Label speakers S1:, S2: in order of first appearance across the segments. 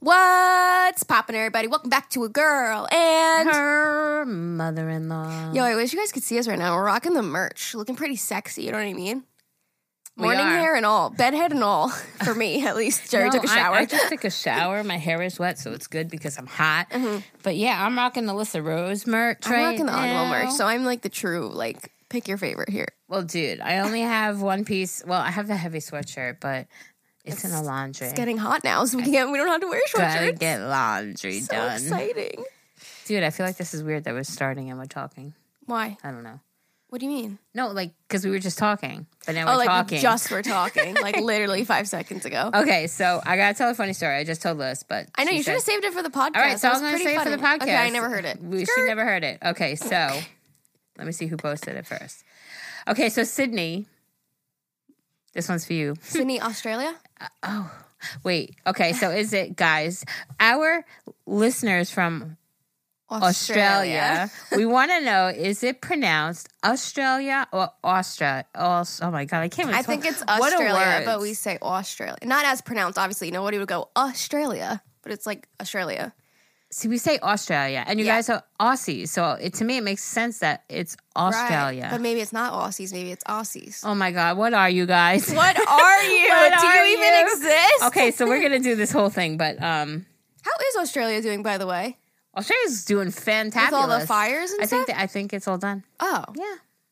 S1: What's poppin', everybody? Welcome back to a girl and
S2: Her mother-in-law.
S1: yo. I wish you guys could see us right now. We're rocking the merch, looking pretty sexy. You know what I mean?
S2: We
S1: Morning
S2: are.
S1: hair and all, bedhead and all. For me, at least. Jerry
S2: No,
S1: took a
S2: I-
S1: shower.
S2: I, just took a shower. My hair is wet, so it's good because I'm hot. But yeah, I'm rocking Alyssa Rose merch
S1: Mm-hmm. I'm
S2: right
S1: rocking the
S2: now.
S1: Onwell merch, so I'm like the true like pick your favorite here.
S2: well, dude, I only have one piece. Well, I have the heavy sweatshirt, but it's, in the laundry.
S1: It's getting hot now, so we can't. We don't have to wear short
S2: Gotta
S1: shirts.
S2: get laundry
S1: so
S2: done.
S1: exciting.
S2: Dude, I feel like this is weird that we're starting and we're talking.
S1: Why?
S2: I don't know.
S1: What do you mean?
S2: No, like, because we were just talking, but now
S1: oh,
S2: we're
S1: like
S2: talking.
S1: we just were talking, like literally five seconds ago.
S2: okay, so I gotta tell a funny story. I just told Liz, but
S1: I know
S2: she
S1: you should have
S2: said-
S1: saved it for the podcast.
S2: All right, so
S1: That was
S2: I'm going to
S1: pretty
S2: say it for the
S1: funny.
S2: podcast.
S1: Okay, I never heard it.
S2: We, she
S1: Skirt.
S2: never heard it. Okay, so let me see who posted it first. Okay, so Sydney, this one's for you.
S1: Sydney, Australia.
S2: Wait, okay, so is it guys? Our listeners from Australia, we want to know: is it pronounced Australia or Austra? Aus- Oh my god, I can't. Even
S1: I
S2: talk-
S1: think it's
S2: What a
S1: Australia,
S2: word.
S1: but we say Australia. Not as pronounced, obviously. Nobody would go Australia, but it's like Australia.
S2: see we say Australia, and you
S1: Yeah.
S2: guys are Aussies, so it, to me it makes sense that it's
S1: Right.
S2: Australia.
S1: But maybe it's not Aussies, maybe it's Aussies.
S2: oh my god, what are you guys?
S1: What are you?
S2: What
S1: Do
S2: are
S1: you even
S2: you?
S1: exist?
S2: okay, so we're gonna do this whole thing, but um,
S1: How is Australia doing, by the way?
S2: Australia's doing fantastic.
S1: With all the fires and
S2: I
S1: stuff?
S2: think that, I think it's all done.
S1: oh.
S2: Yeah,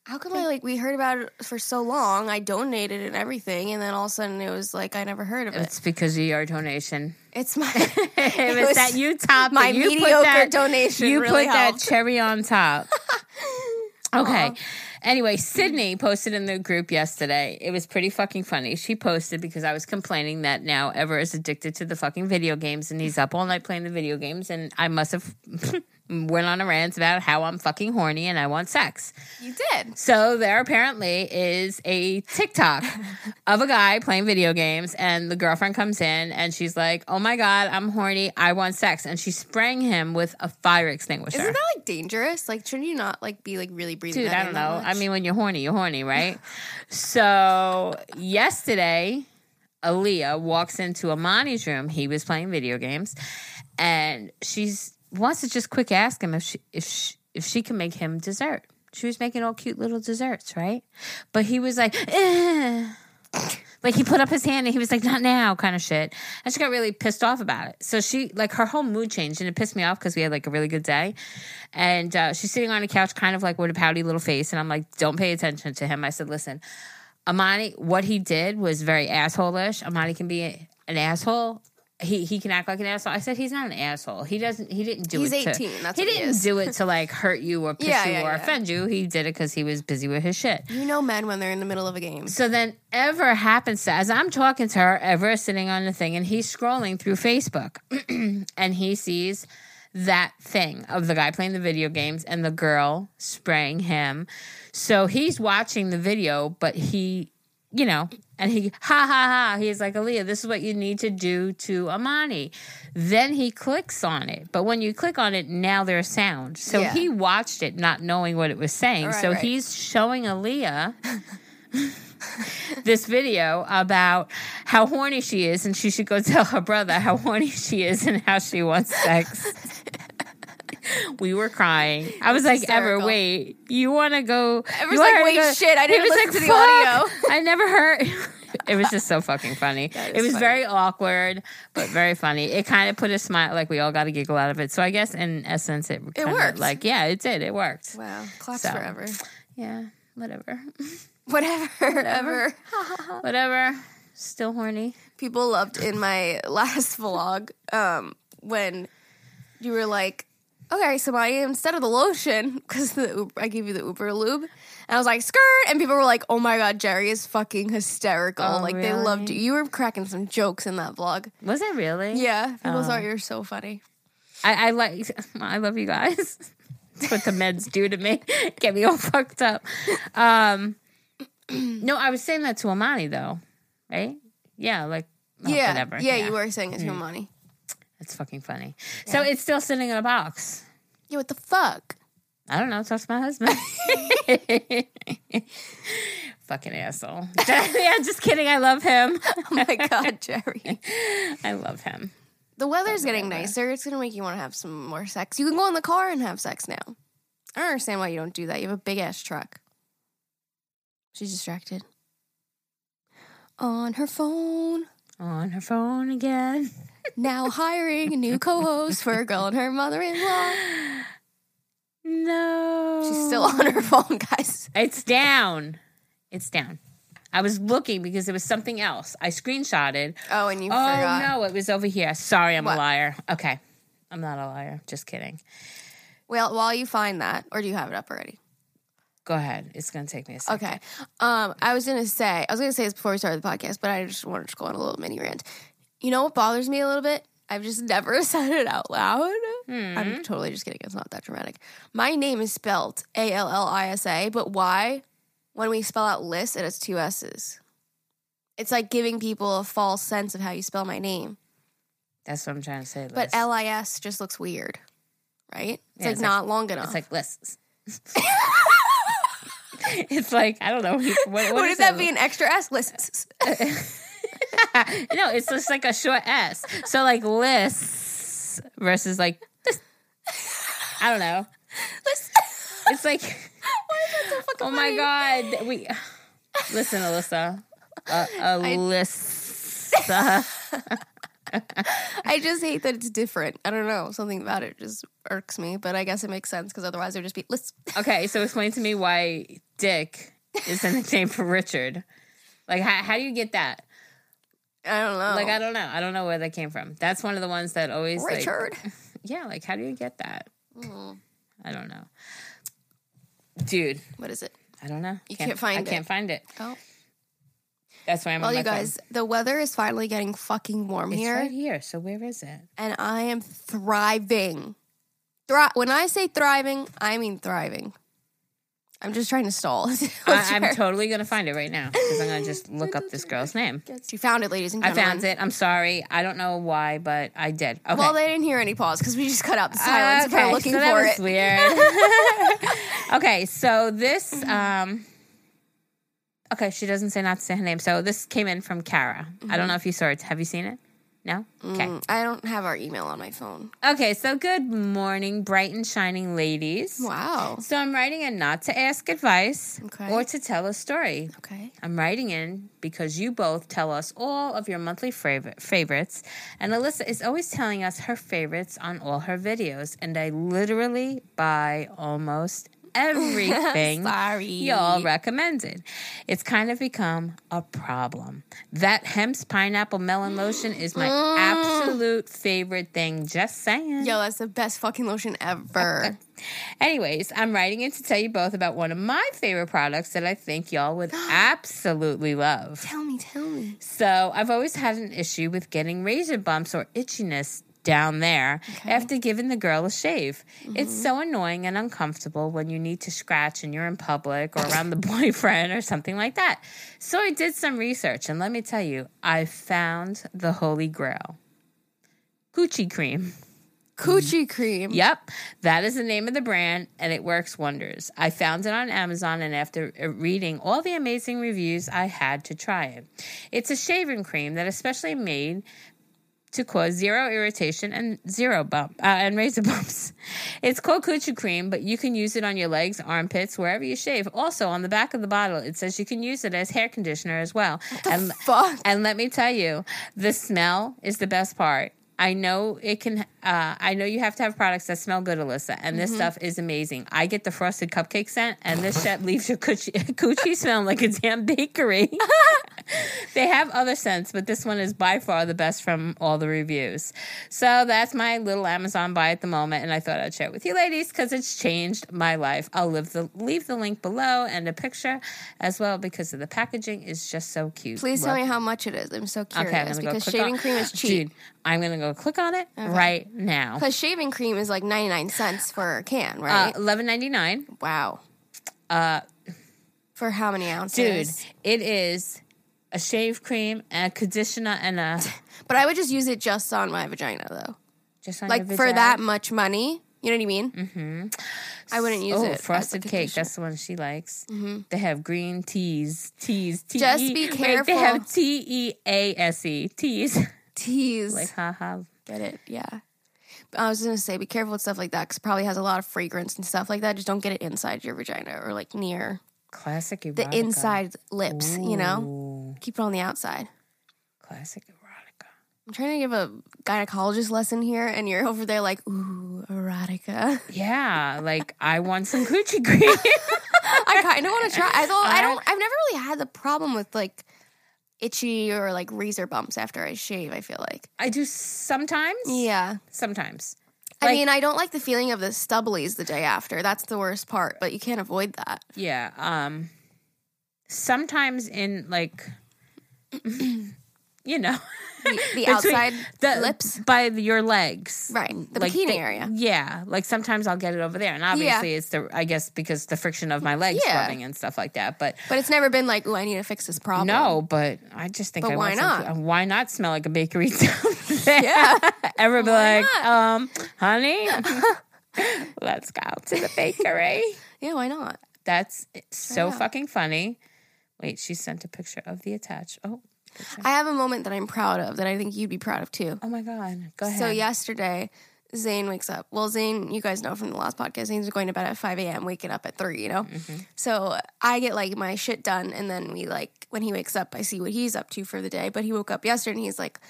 S1: How come I like we heard about it for so long? I donated and everything, and then all of a sudden it was like I never heard of it.
S2: it's because of your donation.
S1: It's my
S2: it was,
S1: was
S2: that you top.
S1: my
S2: you
S1: mediocre
S2: put that,
S1: donation
S2: You
S1: really
S2: put
S1: helped. Uh-huh.
S2: that cherry on top. okay. Anyway, Sydney posted in the group yesterday. It was pretty fucking funny. She posted because I was complaining that now Ever is addicted to the fucking video games and he's up all night playing the video games and I must have went on a rant about how I'm fucking horny and I want sex.
S1: you did.
S2: So there apparently is a TikTok of a guy playing video games, and the girlfriend comes in and she's like, "Oh my god, I'm horny. I want sex," and she sprang him with a fire extinguisher.
S1: Isn't that like dangerous? Like, shouldn't you not like be like really breathing?
S2: Dude,
S1: that in
S2: I don't
S1: that
S2: know. I
S1: much?
S2: mean, when you're horny, you're horny, right? so yesterday, Aaliyah walks into Amani's room. He was playing video games, and she's wants to just quick ask him if she if she, if she can make him dessert. She was making all cute little desserts, right? But he was like, "Eh." like he put up his hand and he was like, "Not now," kind of shit. And she got really pissed off about it. So she like her whole mood changed, and it pissed me off because we had like a really good day. And uh, she's sitting on a couch, kind of like with a pouty little face, and I'm like, "Don't pay attention to him." I said, "Listen, Amani, what he did was very assholeish. Amani can be a- an asshole." He, he can act like an asshole. I said he's not an asshole. He doesn't. He didn't do
S1: He's
S2: it. to-
S1: 18, that's
S2: he
S1: what he
S2: didn't
S1: is.
S2: do it to like hurt you or piss
S1: Yeah,
S2: you
S1: yeah,
S2: or
S1: yeah.
S2: offend you. He did it because he was busy with his shit.
S1: you know men when they're in the middle of a game.
S2: So then Ever happens to, as I'm talking to her, Ever is sitting on the thing and he's scrolling through Facebook and he sees that thing of the guy playing the video games and the girl spraying him. So he's watching the video, but he, you know, and he, ha ha ha, he's like, Aaliyah, this is what you need to do to Amani. Then he clicks on it. But when you click on it, now there's sound. So
S1: Yeah.
S2: he watched it not knowing what it was saying.
S1: Right,
S2: so
S1: right.
S2: he's showing Aaliyah this video about how horny she is and she should go tell her brother how horny she is and how she wants sex. we were crying. I was like, Ever,
S1: hysterical.
S2: wait, you want to go?
S1: Ever's like,
S2: you want her to
S1: "Wait, shit, I
S2: He
S1: didn't
S2: was
S1: listen to the
S2: "Fuck,
S1: audio."
S2: I never heard. It was just so fucking funny.
S1: That
S2: It
S1: is
S2: was
S1: funny.
S2: very awkward, but very funny. It kind of put a smile, like we all got a giggle out of it. So I guess in essence, it, kinda,
S1: worked.
S2: Like, yeah, it did. It worked.
S1: Wow, claps
S2: So.
S1: forever.
S2: Yeah, whatever,
S1: Whatever, ever.
S2: whatever. Still horny.
S1: People loved in my last vlog um, when you were like, okay, so I instead of the lotion because the Uber, I gave you the Uber lube, and I was like skirt, and people were like, oh my god, Jerry is fucking hysterical.
S2: Oh,
S1: like they loved
S2: really?
S1: you. You were cracking some jokes in that vlog. Oh.
S2: Was it really?
S1: Yeah, people thought you were so funny.
S2: I, I like. I love you guys. That's what the meds do to me. Get me all fucked up. Um, no, I was saying that to Amani though, right? Yeah, like oh,
S1: yeah,
S2: whatever.
S1: yeah, you were saying it's your money.
S2: It's fucking funny. So it's still sitting in a box.
S1: Yeah, what the fuck?
S2: I don't know. Talk to my husband. fucking asshole. yeah, just kidding. I love him.
S1: Oh my god, Jerry.
S2: I love him.
S1: The weather's getting nicer. It's gonna make you want to have some more sex. You can go in the car and have sex now. I don't understand why you don't do that. You have a big ass truck. She's distracted. On her phone.
S2: On her phone again.
S1: Now hiring a new co-host for a girl and her mother-in-law.
S2: No.
S1: She's still on her phone, guys.
S2: It's down. It's down. I was looking because it was something else. I screenshotted.
S1: Oh, and you
S2: Oh
S1: forgot.
S2: no, it was over here. Sorry, I'm
S1: What?
S2: a liar. Okay. I'm not a liar. Just kidding.
S1: Well, while you find that, or do you have it up already?
S2: Go ahead. It's gonna take me a second.
S1: Okay. Um, I was gonna say, I was gonna say this before we started the podcast, but I just wanted to go on a little mini rant. You know what bothers me a little bit? I've just never said it out loud.
S2: Hmm.
S1: I'm totally just kidding. It's not that dramatic. My name is spelled A L L I S A, but why? When we spell out list, it has two S's. It's like giving people a false sense of how you spell my name.
S2: That's what I'm trying to say. Liz.
S1: But L I S just looks weird, right? It's
S2: Yeah,
S1: like
S2: it's like-
S1: not long enough.
S2: it's like lists. it's like I don't know. What,
S1: Wouldn't
S2: is
S1: that be an extra S? Lists.
S2: Ah, no, it's just like a short S. So like lists versus like this. I don't know. It's like Oh my god. We listen, Alyssa. Uh, Alyssa.
S1: I just hate that it's different. I don't know. Something about it just irks me, but I guess it makes sense because otherwise it would just be list.
S2: okay, so explain to me why Dick is the nickname for Richard. Like how, how do you get that?
S1: I don't know.
S2: Like I don't know. I don't know where that came from. That's one of the ones that always like-
S1: Richard.
S2: yeah, like how do you get that?
S1: Mm,
S2: I don't know. Dude,
S1: what is it?
S2: I don't know.
S1: You can't find
S2: I
S1: it.
S2: can't find it.
S1: Oh.
S2: That's why I'm
S1: Well,
S2: on my
S1: you guys, the weather is finally getting fucking warm
S2: phone. It's
S1: here,
S2: right here. So where is it?
S1: and I am thriving. Thri- when I say thriving, I mean thriving. I'm just trying to stall.
S2: I, I'm totally gonna find it right now because I'm gonna just look up this girl's name.
S1: you found it, ladies and
S2: I
S1: gentlemen.
S2: found it. I'm sorry. I don't know why, but I did. Okay.
S1: Well, they didn't hear any pause because we just cut out the
S2: Uh,
S1: silence if we're looking
S2: so that
S1: for
S2: was
S1: it.
S2: Weird. okay, so this.
S1: Mm-hmm.
S2: um Okay, she doesn't say not to say her name. So this came in from Kara. I don't know if you saw it. Have you seen it? No. Okay.
S1: Mm-hmm. Mm, I don't have our email on my phone.
S2: Okay. So good morning, bright and shining ladies.
S1: Wow.
S2: So I'm writing in not to ask advice
S1: Okay.
S2: or to tell a story.
S1: Okay.
S2: I'm writing in because you both tell us all of your monthly favorite favorites, and Alyssa is always telling us her favorites on all her videos, and I literally buy almost everything
S1: Sorry.
S2: y'all recommended. It's kind of become a problem. That Hemp's pineapple melon lotion is my absolute favorite thing. Just saying.
S1: Mm. Yo, that's the best fucking lotion ever.
S2: Anyways, I'm writing in to tell you both about one of my favorite products that I think y'all would absolutely love.
S1: tell me, tell me.
S2: So I've always had an issue with getting razor bumps or itchiness down there after giving the girl a shave. It's so annoying and uncomfortable when you need to scratch and you're in public or around the boyfriend or something like that. So I did some research and let me tell you, I found the holy grail. Gucci cream.
S1: Coochie cream.
S2: Yep, that is the name of the brand, and it works wonders. I found it on Amazon, and after uh, reading all the amazing reviews, I had to try it. It's a shaving cream that is specially made to cause zero irritation and zero bump uh, and razor bumps. It's called Coochie Cream, but you can use it on your legs, armpits, wherever you shave. Also, on the back of the bottle, it says you can use it as hair conditioner as well. and
S1: Fuck.
S2: and let me tell you, the smell is the best part. I know it can. Uh, I know you have to have products that smell good, Alyssa, and this stuff is amazing. I get the frosted cupcake scent, and this shit leaves your coochie, coochie smelling like a damn bakery. they have other scents, but this one is by far the best from all the reviews. So that's my little Amazon buy at the moment, and I thought I'd share it with you ladies because it's changed my life. I'll leave the leave the link below and a picture as well because of the packaging is just so cute.
S1: Please
S2: Love
S1: tell me how much it is. I'm so curious
S2: Okay, I'm gonna
S1: because
S2: go click
S1: shaving
S2: on-
S1: cream is cheap.
S2: Dude, I'm gonna go click on it right now.
S1: Because shaving cream is like 99 cents for a can,
S2: Uh,
S1: right?
S2: Eleven ninety nine,
S1: wow. for how many
S2: dude.
S1: ounces?
S2: It is a shave cream, a conditioner, and a
S1: But I would just use it just on my vagina though.
S2: just on
S1: Like
S2: your
S1: for
S2: vagina.
S1: that much money, you know what I mean? Mm-hmm. I wouldn't use
S2: Oh,
S1: it. as a
S2: frosted
S1: conditioner.
S2: cake.
S1: Mm-hmm.
S2: That's the one she likes. They have green teas, teas, E. teas.
S1: Just be
S2: Wait, they
S1: careful.
S2: have T E A S E teas.
S1: Tease.
S2: like haha,
S1: Get it? Yeah. But I was gonna say, be careful with stuff like that because probably has a lot of fragrance and stuff like that. Just don't get it inside your vagina or like near
S2: Classic erotica.
S1: the inside lips. You know,
S2: Ooh,
S1: keep it on the outside.
S2: Classic erotica.
S1: I'm trying to give a gynecologist lesson here, and you're over there like, ooh, erotica.
S2: Yeah, like I want some Gucci cream.
S1: I kind of want to try. I thought I don't. I've never really had the problem with like itchy or like razor bumps after I shave. I feel like.
S2: I do sometimes.
S1: Yeah.
S2: Sometimes.
S1: I
S2: Like-
S1: mean, I don't like the feeling of the stubblies the day after. That's the worst part, but you can't avoid that.
S2: Yeah. Um sometimes in like you know
S1: The, the
S2: between
S1: outside
S2: the
S1: lips,
S2: by the- your legs.
S1: right? The
S2: Like
S1: bikini
S2: they-
S1: area.
S2: Yeah. Like sometimes I'll get it over there. And obviously it's the I guess because the friction of my legs
S1: Yeah.
S2: rubbing and stuff like that. But
S1: But it's never been like, ooh, I need to fix this problem.
S2: no, but I just think
S1: But
S2: I
S1: why
S2: want some-
S1: not?
S2: why not smell like a bakery down there?
S1: Yeah.
S2: Ever be
S1: Why
S2: like, um, honey, let's go to the bakery.
S1: Yeah, why not?
S2: That's so
S1: yeah.
S2: fucking funny. Wait, she sent a picture of the attached. Oh,
S1: I have a moment that I'm proud of that I think you'd be proud of too.
S2: oh my god. Go ahead.
S1: So yesterday, Zane wakes up. Well, Zane, you guys know from the last podcast, Zane's going to bed at 5 a.m., waking up at 3, you know? So I get like my shit done. And then we like, when he wakes up, I see what he's up to for the day. But he woke up yesterday and he's like,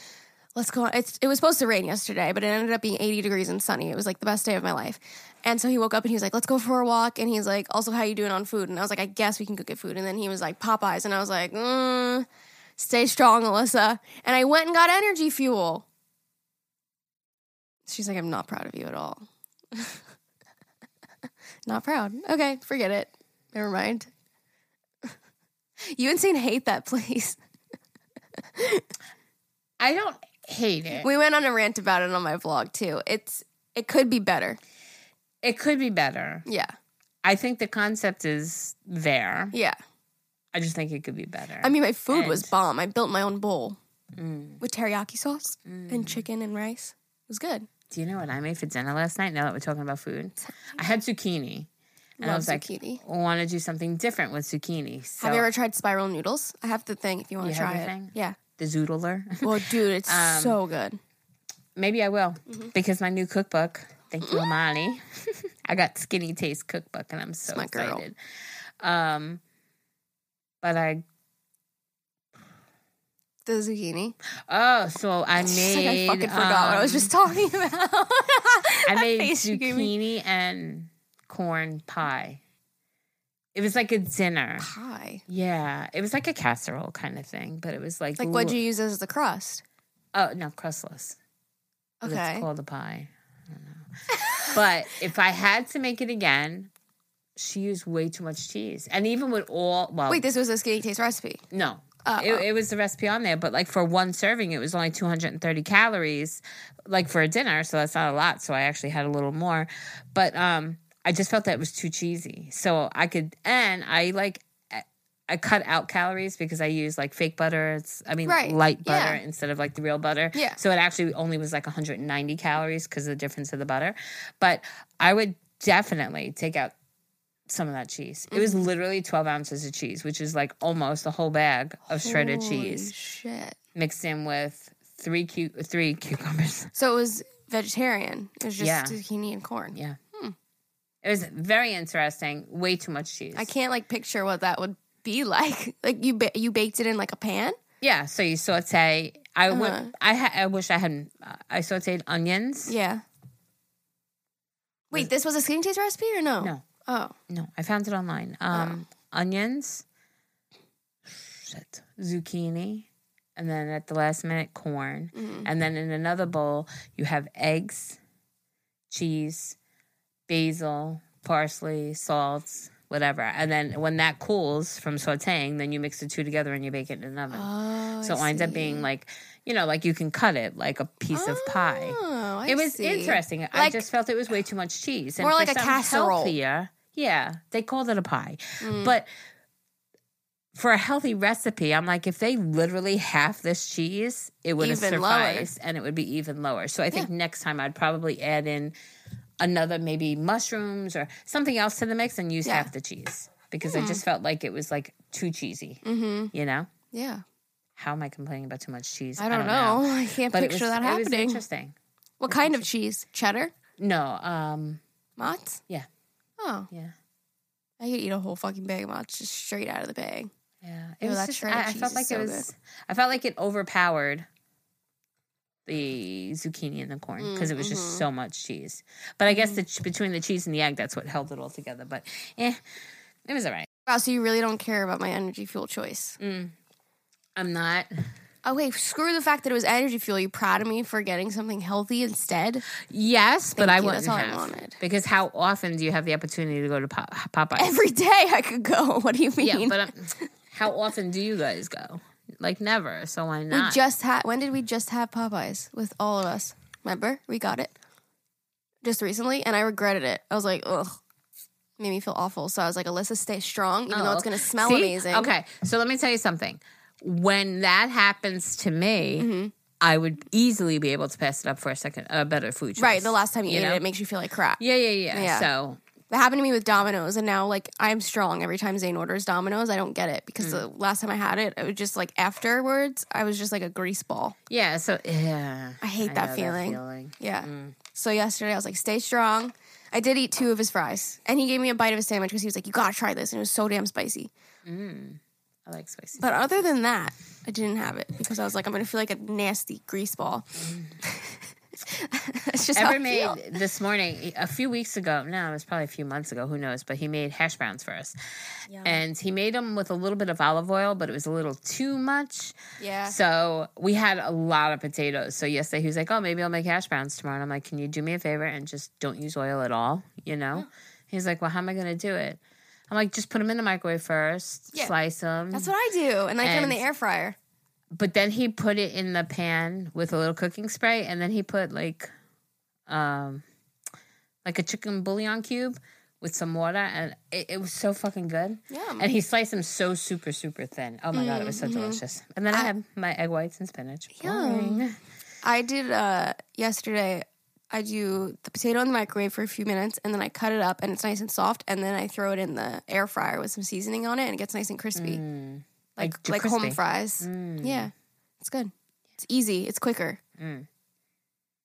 S1: let's go. On. It's, it was supposed to rain yesterday, but it ended up being 80 degrees and sunny. It was like the best day of my life. And so he woke up and he was like, let's go for a walk. And he's like, also, how you doing on food? And I was like, I guess we can go get food. And then he was like, Popeyes. And I was like, mm, stay strong, Alyssa. And I went and got energy fuel. She's like, I'm not proud of you at all. not proud. Okay, forget it. Never mind. you and Zane hate that place.
S2: I don't hate it.
S1: We went on a rant about it on my vlog too. It's it could be better.
S2: It could be better.
S1: Yeah.
S2: I think the concept is there.
S1: Yeah.
S2: I just think it could be better.
S1: I mean my food was
S2: And-
S1: bomb. I built my own bowl
S2: Mm.
S1: with teriyaki sauce and chicken and rice. It was good.
S2: do you know what I made for dinner last night? Now that we're talking about food, I had zucchini, and I
S1: Love
S2: was like,
S1: zucchini.
S2: want to do something different with zucchini. So
S1: have you ever tried spiral noodles? I have the thing if you want
S2: You
S1: to
S2: have
S1: try
S2: the
S1: it.
S2: thing?
S1: Yeah.
S2: the zoodler?
S1: Well, dude, it's
S2: Um,
S1: so good.
S2: Maybe I will
S1: Mm-hmm.
S2: because my new cookbook. Thank you, Amani. I got Skinny Taste cookbook, and I'm so
S1: my girl.
S2: excited. Um, but I
S1: The zucchini.
S2: oh, so I
S1: It's just like
S2: made.
S1: I fucking forgot what I was
S2: um,
S1: just talking about.
S2: I
S1: That
S2: made
S1: face you gave me.
S2: zucchini and corn pie. It was like a dinner.
S1: Pie.
S2: Yeah, it was like a casserole kind of thing, but it was like
S1: Like
S2: l-
S1: what'd you use as the crust?
S2: Oh no, crustless. Okay.
S1: Okay.
S2: It's called a pie. I don't know. but if I had to make it again, she used way too much cheese. And even with all well
S1: Wait, this was a skinny taste recipe.
S2: no.
S1: Uh,
S2: It, it was the recipe on there, but like for one serving, it was only 230 calories, like for a dinner. So that's not a lot. So I actually had a little more, but um, I just felt that it was too cheesy. So I could, and I like, I- I cut out calories because I use like fake butter. It's, I mean,
S1: Right.
S2: light
S1: Yeah.
S2: butter instead of like the real butter.
S1: Yeah.
S2: So it actually only was like 190 calories because of the difference of the butter. But I would definitely take out some of that cheese. It
S1: Mm-hmm.
S2: was literally 12 ounces of cheese, which is like almost a whole bag of shredded
S1: Holy
S2: cheese
S1: Shit.
S2: mixed in with three cu- three cucumbers.
S1: So it was vegetarian. It was just
S2: Yeah.
S1: zucchini and corn.
S2: Yeah. It was very interesting. Way too much cheese.
S1: I can't like picture what that would be like. Like you ba- you baked it in like a pan.
S2: Yeah, so you saute I would.
S1: Uh-huh.
S2: I ha- I wish I hadn't uh, I sauteed onions.
S1: Yeah. Wait, this was a skinny taste recipe or no?
S2: No.
S1: Oh,
S2: No, I found it online. Um onions shit, zucchini and then at the last minute corn.
S1: mm.
S2: And then in another bowl, you have eggs, cheese, basil, parsley, salts, whatever. And then when that cools from sauteing, then you mix the two together and you bake it in an oven.
S1: oh.
S2: so it
S1: I
S2: winds up
S1: see.
S2: being like, you know, like you can cut it like a piece of pie.
S1: Oh, I
S2: It was
S1: see.
S2: interesting. I
S1: Like-
S2: just felt it was way too much cheese.
S1: More
S2: for
S1: like a
S2: something
S1: casserole. Mm.
S2: Healthier, yeah, they called it a pie. But for a healthy recipe, I'm like, if they literally half this cheese, it would have
S1: Even lower.
S2: sufficed and it would be even lower. So I think next time I'd probably add in another maybe mushrooms or something else to the mix and use
S1: Yeah. Hmm.
S2: half the cheese because I just felt like it was like too cheesy.
S1: Mhm.
S2: You know,
S1: Yeah.
S2: how am I complaining about too much cheese?
S1: I don't, know. I can't
S2: But it
S1: picture
S2: was-
S1: that
S2: It was
S1: happening.
S2: interesting.
S1: What kind of cheese? Cheddar?
S2: No, um,
S1: Mott's?
S2: yeah,
S1: Oh,
S2: yeah,
S1: I could eat a whole fucking bag of Mott's just straight out of the bag.
S2: yeah.
S1: Yo,
S2: It was
S1: that
S2: just,
S1: shredded
S2: I, I
S1: cheese
S2: felt
S1: is
S2: like it
S1: so
S2: was. I felt like it overpowered the zucchini and the corn because it was just so much cheese. But I guess the, ch- between the cheese and the egg, that's what held it all together. But eh, it was all right.
S1: Wow, so you really don't care about my energy fuel choice.
S2: Mm. I'm not.
S1: Oh, wait, screw the fact that it was energy fuel. You proud of me for getting something healthy instead?
S2: Yes, but
S1: Thank
S2: I
S1: you,
S2: wouldn't
S1: that's all I
S2: have.
S1: wanted.
S2: Because how often do you have the opportunity to go to Pop- Popeyes?
S1: Every day I could go. What do you mean?
S2: yeah, but um, how often do you guys go? Like never. So why
S1: we
S2: not?
S1: just had, when did we just have Popeyes with all of us? Remember? We got it just recently and I regretted it. I was like, ugh. Made me feel awful. So I was like, Alyssa, stay strong, even though
S2: Oh.
S1: it's going to smell
S2: See?
S1: amazing.
S2: Okay, so let me tell you something. When that happens to me,
S1: Mm-hmm.
S2: I would easily be able to pass it up for a second, a better food choice.
S1: Right. The last time you, ate
S2: know?
S1: it, it makes you feel like crap.
S2: Yeah, yeah, yeah,
S1: Yeah.
S2: So
S1: That happened to me with Domino's, and now like I'm strong. Every time Zane orders Domino's, I don't get it because
S2: Mm.
S1: the last time I had it, it was just like afterwards, I was just like a grease ball.
S2: yeah, so yeah.
S1: I hate
S2: know
S1: that, feeling.
S2: feeling.
S1: Yeah.
S2: Mm.
S1: So yesterday I was like, stay strong. I did eat two of his fries, and he gave me a bite of his sandwich because he was like, you gotta try this, and it was so damn spicy.
S2: I like spicy.
S1: But other than that, I didn't have it because I was like, I'm gonna feel like a nasty grease ball. That's just how I
S2: Mm. Ever made
S1: feel.
S2: this morning a few weeks ago. No, it was probably a few months ago. Who knows? But he made hash browns for us, and he made them with a little bit of olive oil, but it was a little too much.
S1: Yeah.
S2: So we had a lot of potatoes. So yesterday he was like, "Oh, maybe I'll make hash browns tomorrow." And I'm like, "Can you do me a favor and just don't use oil at all?" You know? He's like, "Well, how am I gonna do it?" I'm like, "Just put them in the microwave first,
S1: Yeah.
S2: slice them."
S1: That's what I do, and I put 'em in
S2: And-
S1: the air fryer.
S2: but then he put it in the pan with a little cooking spray and then he put like um like a chicken bouillon cube with some water and it, it was so fucking good
S1: Yum.
S2: and he sliced them so super super thin oh my god it was so
S1: Mm-hmm.
S2: delicious and then i, had my egg whites and spinach Boring.
S1: I did uh yesterday. I do the potato in the microwave for a few minutes, and then I cut it up, and it's nice and soft. And then I throw it in the air fryer with some seasoning on it, and it gets nice and crispy, like
S2: Mm. Like,
S1: like home
S2: crispy. Mm.
S1: fries. Yeah, it's good. It's easy. It's quicker.
S2: Mm.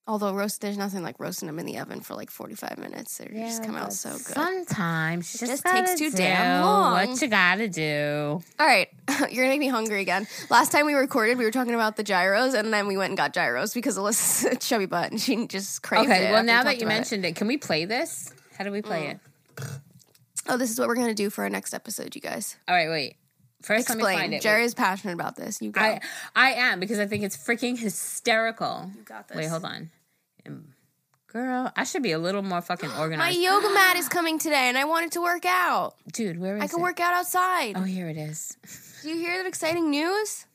S1: Although roast, there's nothing like roasting them in the oven for like 45 minutes. They just
S2: Yeah,
S1: come out
S2: but
S1: so good.
S2: Sometimes you
S1: just
S2: just,
S1: takes
S2: gotta
S1: too damn
S2: do
S1: long.
S2: What you gotta do?
S1: All right, you're gonna make me hungry again. Last time we recorded, we were talking about the gyros, and then we went and got gyros because Alyssa's a chubby butt, and she just craved it.
S2: Okay. Well,
S1: after we
S2: now that
S1: talked about
S2: you
S1: it. Mm.
S2: mentioned it. can we play this? How do we play it?
S1: Oh, this is what we're gonna do for our next episode, you guys.
S2: All right. Wait. First, let me
S1: Explain.
S2: find it. Wait.
S1: Jerry's passionate about this. You go.
S2: I I am because I think it's freaking hysterical. You
S1: got
S2: Wait,
S1: this.
S2: hold on. Um, Girl, I should be a little more fucking
S1: My
S2: organized.
S1: yoga mat is coming today, and I wanted to work out.
S2: Dude, where is
S1: I can
S2: it?
S1: work out outside.
S2: Oh, here it is.
S1: Do you hear the exciting news?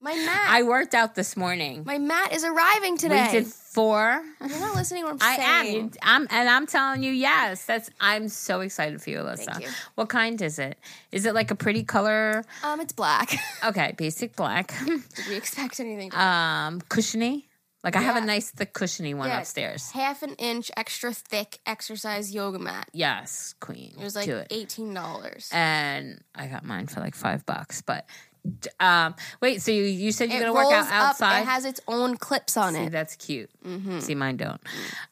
S1: My mat.
S2: I worked out this morning.
S1: my mat is arriving today.
S2: We did four.
S1: You're not listening to what I'm
S2: I am.
S1: saying.
S2: You- I'm and I'm telling you, yes. That's I'm so excited for you, Alyssa.
S1: Thank you.
S2: What kind is it? Is it like a pretty color?
S1: Um, it's black.
S2: Okay, basic black.
S1: Did we expect anything?
S2: um, cushiony. Like I have
S1: Yeah.
S2: a nice thick cushiony one
S1: Yeah.
S2: upstairs.
S1: Half an inch extra thick exercise yoga mat.
S2: Yes, queen.
S1: It was like
S2: Do it.
S1: eighteen dollars.
S2: and I got mine for like five bucks. But um, wait, so you, you said you're
S1: It
S2: gonna
S1: rolls
S2: work out
S1: up.
S2: outside?
S1: It has Mm-hmm. its own clips on
S2: See,
S1: it.
S2: that's cute. See, mine don't.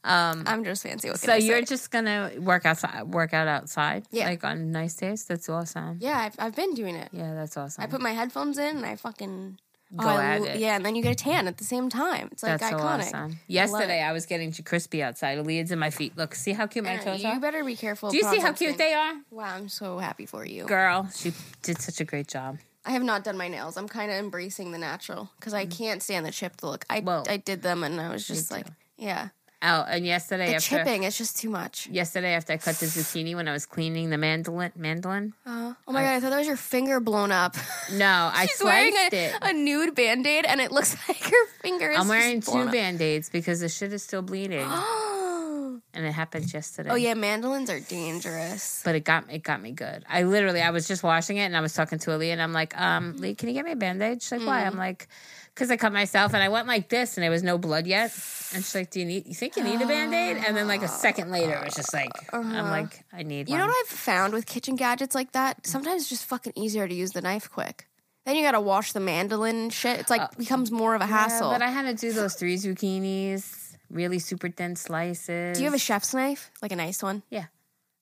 S1: I'm just fancy. What
S2: So
S1: can I
S2: you're
S1: say?
S2: just gonna work outside, work out outside,
S1: Yeah.
S2: like on nice days. That's awesome. Yeah,
S1: yeah. I've, I've been doing it.
S2: that's awesome.
S1: I put my headphones in and I fucking
S2: Go
S1: I
S2: at
S1: lo-
S2: it.
S1: Yeah, and then you get a tan at the same time. It's like
S2: that's so
S1: iconic.
S2: awesome.
S1: it.
S2: Yesterday I, was getting too crispy outside. Leads in my feet. Look, see how cute my
S1: All right,
S2: toes
S1: you
S2: are.
S1: better be careful.
S2: Do you see how
S1: pronouncing
S2: cute
S1: things.
S2: they are,
S1: Wow, I'm so happy for you.
S2: girl? She did such a great job.
S1: I have not done my nails. I'm kind of embracing the natural because
S2: Mm.
S1: I can't stand the chipped look. I
S2: Well,
S1: I did them and I was just like, yeah,
S2: Oh, and yesterday
S1: the
S2: after
S1: chipping. It's just too much.
S2: yesterday after I cut the zucchini when I was cleaning the mandolin mandolin.
S1: Uh, oh my god, I thought that was your finger blown up.
S2: No, I
S1: She's wearing
S2: sliced
S1: a,
S2: it.
S1: a nude band aid and it looks like her finger is.
S2: I'm wearing
S1: just blown
S2: two
S1: up.
S2: band aids because the shit is still bleeding,
S1: oh
S2: and it happened yesterday.
S1: yeah, mandolins are dangerous.
S2: But it got it got me good. I literally I was just washing it and I was talking to Ali and I'm like, um,
S1: Mm-hmm.
S2: Lee, can you get me a bandage? She's like, why? I'm like, because I cut myself and I went like this and there was no blood yet. And she's like, do you need? You think you need a band aid? And then like a second later, it was just like, I'm like, I need.
S1: Uh-huh. You
S2: one.
S1: know what I've found with kitchen gadgets like
S2: Mm.
S1: that? Sometimes it's just fucking easier to use the knife quick. Then you gotta wash the mandolin and shit. It's like becomes more of a
S2: Uh, Yeah,
S1: hassle.
S2: but I had to do those three zucchinis really super thin slices.
S1: Do you have a chef's knife, like a nice one?
S2: Yeah.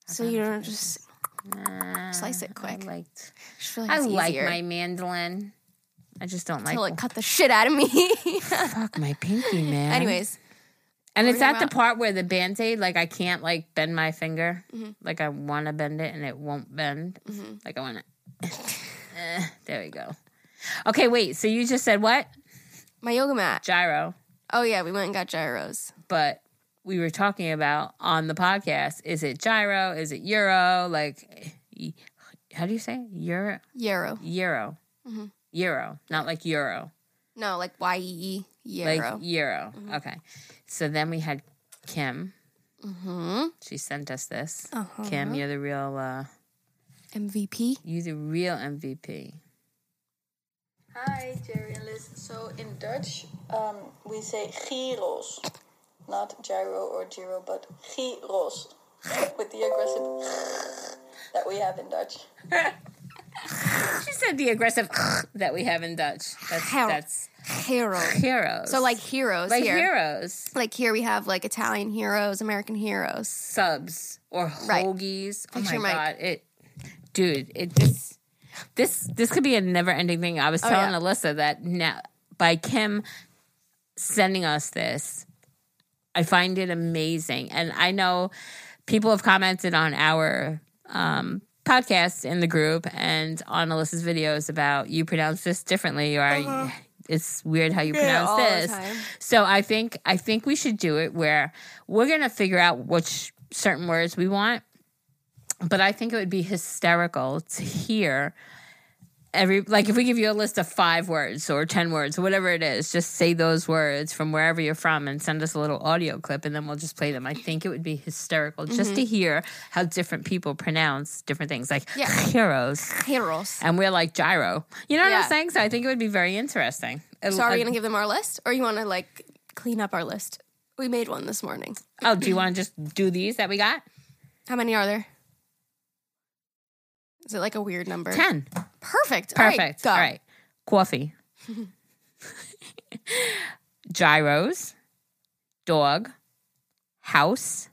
S1: So you don't just.
S2: Nah,
S1: Slice it quick.
S2: I liked.
S1: just feel like
S2: I
S1: it's
S2: like
S1: easier.
S2: my mandolin. I just don't like. oh,
S1: Till it cut the shit out of me.
S2: Fuck my pinky, man.
S1: Anyways,
S2: and it's
S1: we're
S2: at the
S1: about-
S2: part where the band aid, like I can't like bend my finger. Like I want to bend it and it won't bend. Like I want to. there we go. Okay, wait. So you just said what?
S1: my yoga mat.
S2: Gyro.
S1: Oh yeah, we went and got gyros.
S2: but we were talking about on the podcast is it gyro is it euro like y- how do you say it? euro
S1: Euro.
S2: euro euro not like euro
S1: No, like Y E E.
S2: like
S1: Euro.
S2: euro Mm-hmm. okay so then we had kim
S1: hmm
S2: she sent us this
S1: Uh-huh.
S2: kim you're the real uh
S1: MVP.
S2: you're the real mvp
S3: Hi, Jerry and Liz. So in Dutch, um, we say gyros, not gyro or gyro, but gyros, with the aggressive that we have in Dutch.
S2: she said the aggressive that we have in dutch that's
S1: Hero.
S2: that's
S1: Hero.
S2: heroes
S1: So like heroes
S2: like
S1: here.
S2: heroes
S1: Like here we have like Italian heroes, American heroes.
S2: subs or
S1: Right.
S2: hoagies. oh
S1: Picture
S2: my
S1: Mike.
S2: god, it, dude, it just this this could be a never ending thing. I was telling
S1: yeah.
S2: Alyssa that now by Kim sending us this, I find it amazing, and I know people have commented on our um, podcast in the group and on Alyssa's videos about you pronounce this differently or. It's weird how you pronounce
S1: Uh-huh. all the
S2: this.
S1: time.
S2: So I think I think we should do it where we're gonna figure out which certain words we want. But I think it would be hysterical to hear every like if we give you a list of five words or ten words or whatever it is, just say those words from wherever you're from and send us a little audio clip and then we'll just play them. I think it would be hysterical just
S1: Mm-hmm.
S2: to hear how different people pronounce different things like
S1: Yeah.
S2: heroes
S1: Heroes.
S2: and we're like gyro. You know what
S1: Yeah.
S2: I'm saying? So I think it would be very interesting.
S1: So are we gonna give them our list, or you want to like clean up our list? We made one this morning.
S2: Oh, do you want to just do these that we got?
S1: How many are there? Is it like a weird number?
S2: Ten.
S1: Perfect.
S2: Perfect.
S1: All
S2: All
S1: right. go.
S2: right. Coffee. Gyros. Dog. House.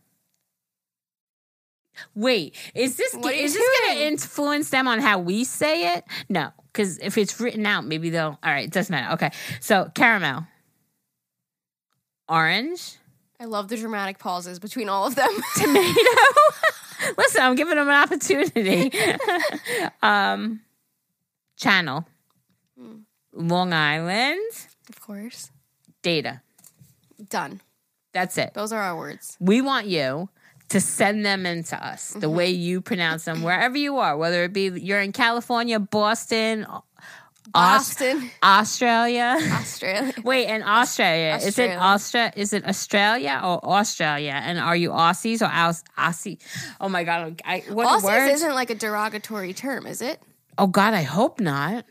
S2: Wait, is this
S1: What are you
S2: is this going to
S1: doing?
S2: influence them on how we say it? No, because if it's written out, maybe they'll. All right, it doesn't matter. Okay, so caramel, orange,
S1: I love the dramatic pauses between all of them.
S2: tomato. Listen, I'm giving them an opportunity. um, channel,
S1: Hmm.
S2: Long Island,
S1: of course.
S2: data.
S1: Done.
S2: That's it.
S1: Those are our words.
S2: We want you to send them in to us the
S1: Mm-hmm.
S2: way you pronounce them, wherever you are, whether it be you're in California, Boston, Aus-
S1: Austin,
S2: Australia.
S1: Australia.
S2: Wait, in Australia, is it
S1: Australia.
S2: Austra? Is it Australia or Australia? And are you Aussies or Aus- Aussie? Oh my God! I, what a
S1: Aussies
S2: word!
S1: isn't like a derogatory term, is it?
S2: Oh God, I hope not.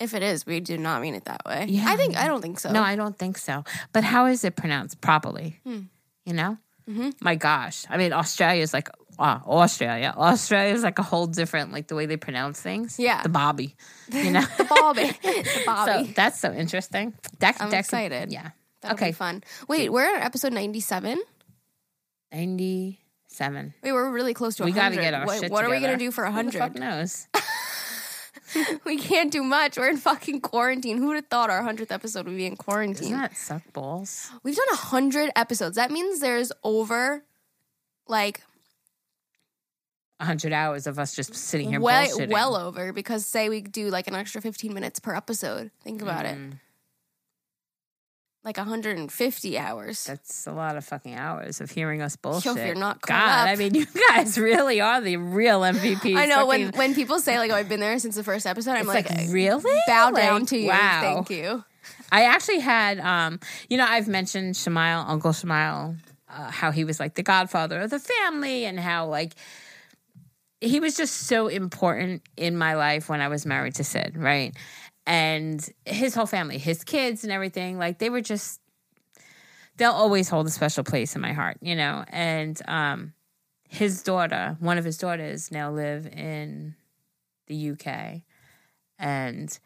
S1: If it is, we do not mean it that way.
S2: Yeah.
S1: I think I don't think so.
S2: No, I don't think so. But how is it pronounced properly?
S1: Hmm.
S2: You know?
S1: Mm-hmm.
S2: My gosh. I mean, Australia is like uh, Australia. Australia is like a whole different, like the way they pronounce things.
S1: Yeah.
S2: The Bobby. You know?
S1: the Bobby. the Bobby.
S2: So that's so interesting. That,
S1: I'm
S2: that could-
S1: excited.
S2: Yeah.
S1: That'll
S2: okay.
S1: be fun. Wait, we're at episode 97.
S2: 97.
S1: Wait, we're really close to
S2: We
S1: 100.
S2: gotta get our
S1: what,
S2: shit
S1: what are we going to
S2: together.
S1: do for
S2: Who the fuck
S1: 100?
S2: knows?
S1: We can't do much. We're in fucking quarantine. Who would have thought our 100th episode would be in quarantine?
S2: Doesn't that suck balls?
S1: We've done 100 episodes. That means there's over like
S2: 100 hours of us just sitting here
S1: well,
S2: bullshitting.
S1: well over because say we do like an extra 15 minutes per episode. Think about it.
S2: Mm,
S1: Like 150 hours.
S2: That's a lot of fucking hours of hearing us bullshit.
S1: if you're not caught
S2: God,
S1: up.
S2: I mean, you guys really are the real MVPs.
S1: I know when,
S2: Fucking-
S1: when people say like, "Oh, I've been there since the first episode," I'm
S2: It's
S1: like,
S2: like, really?
S1: bow
S2: Like,
S1: down to you.
S2: Wow.
S1: Thank you.
S2: I actually had, um, you know, I've mentioned Shemile, Uncle Shemile, uh, how he was like the godfather of the family and how like he was just so important in my life when I was married to Sid, right? And his whole family, his kids and everything, like they were just, they'll always hold a special place in my heart, you know? And um, his daughter, one of his daughters, now live in the UK. And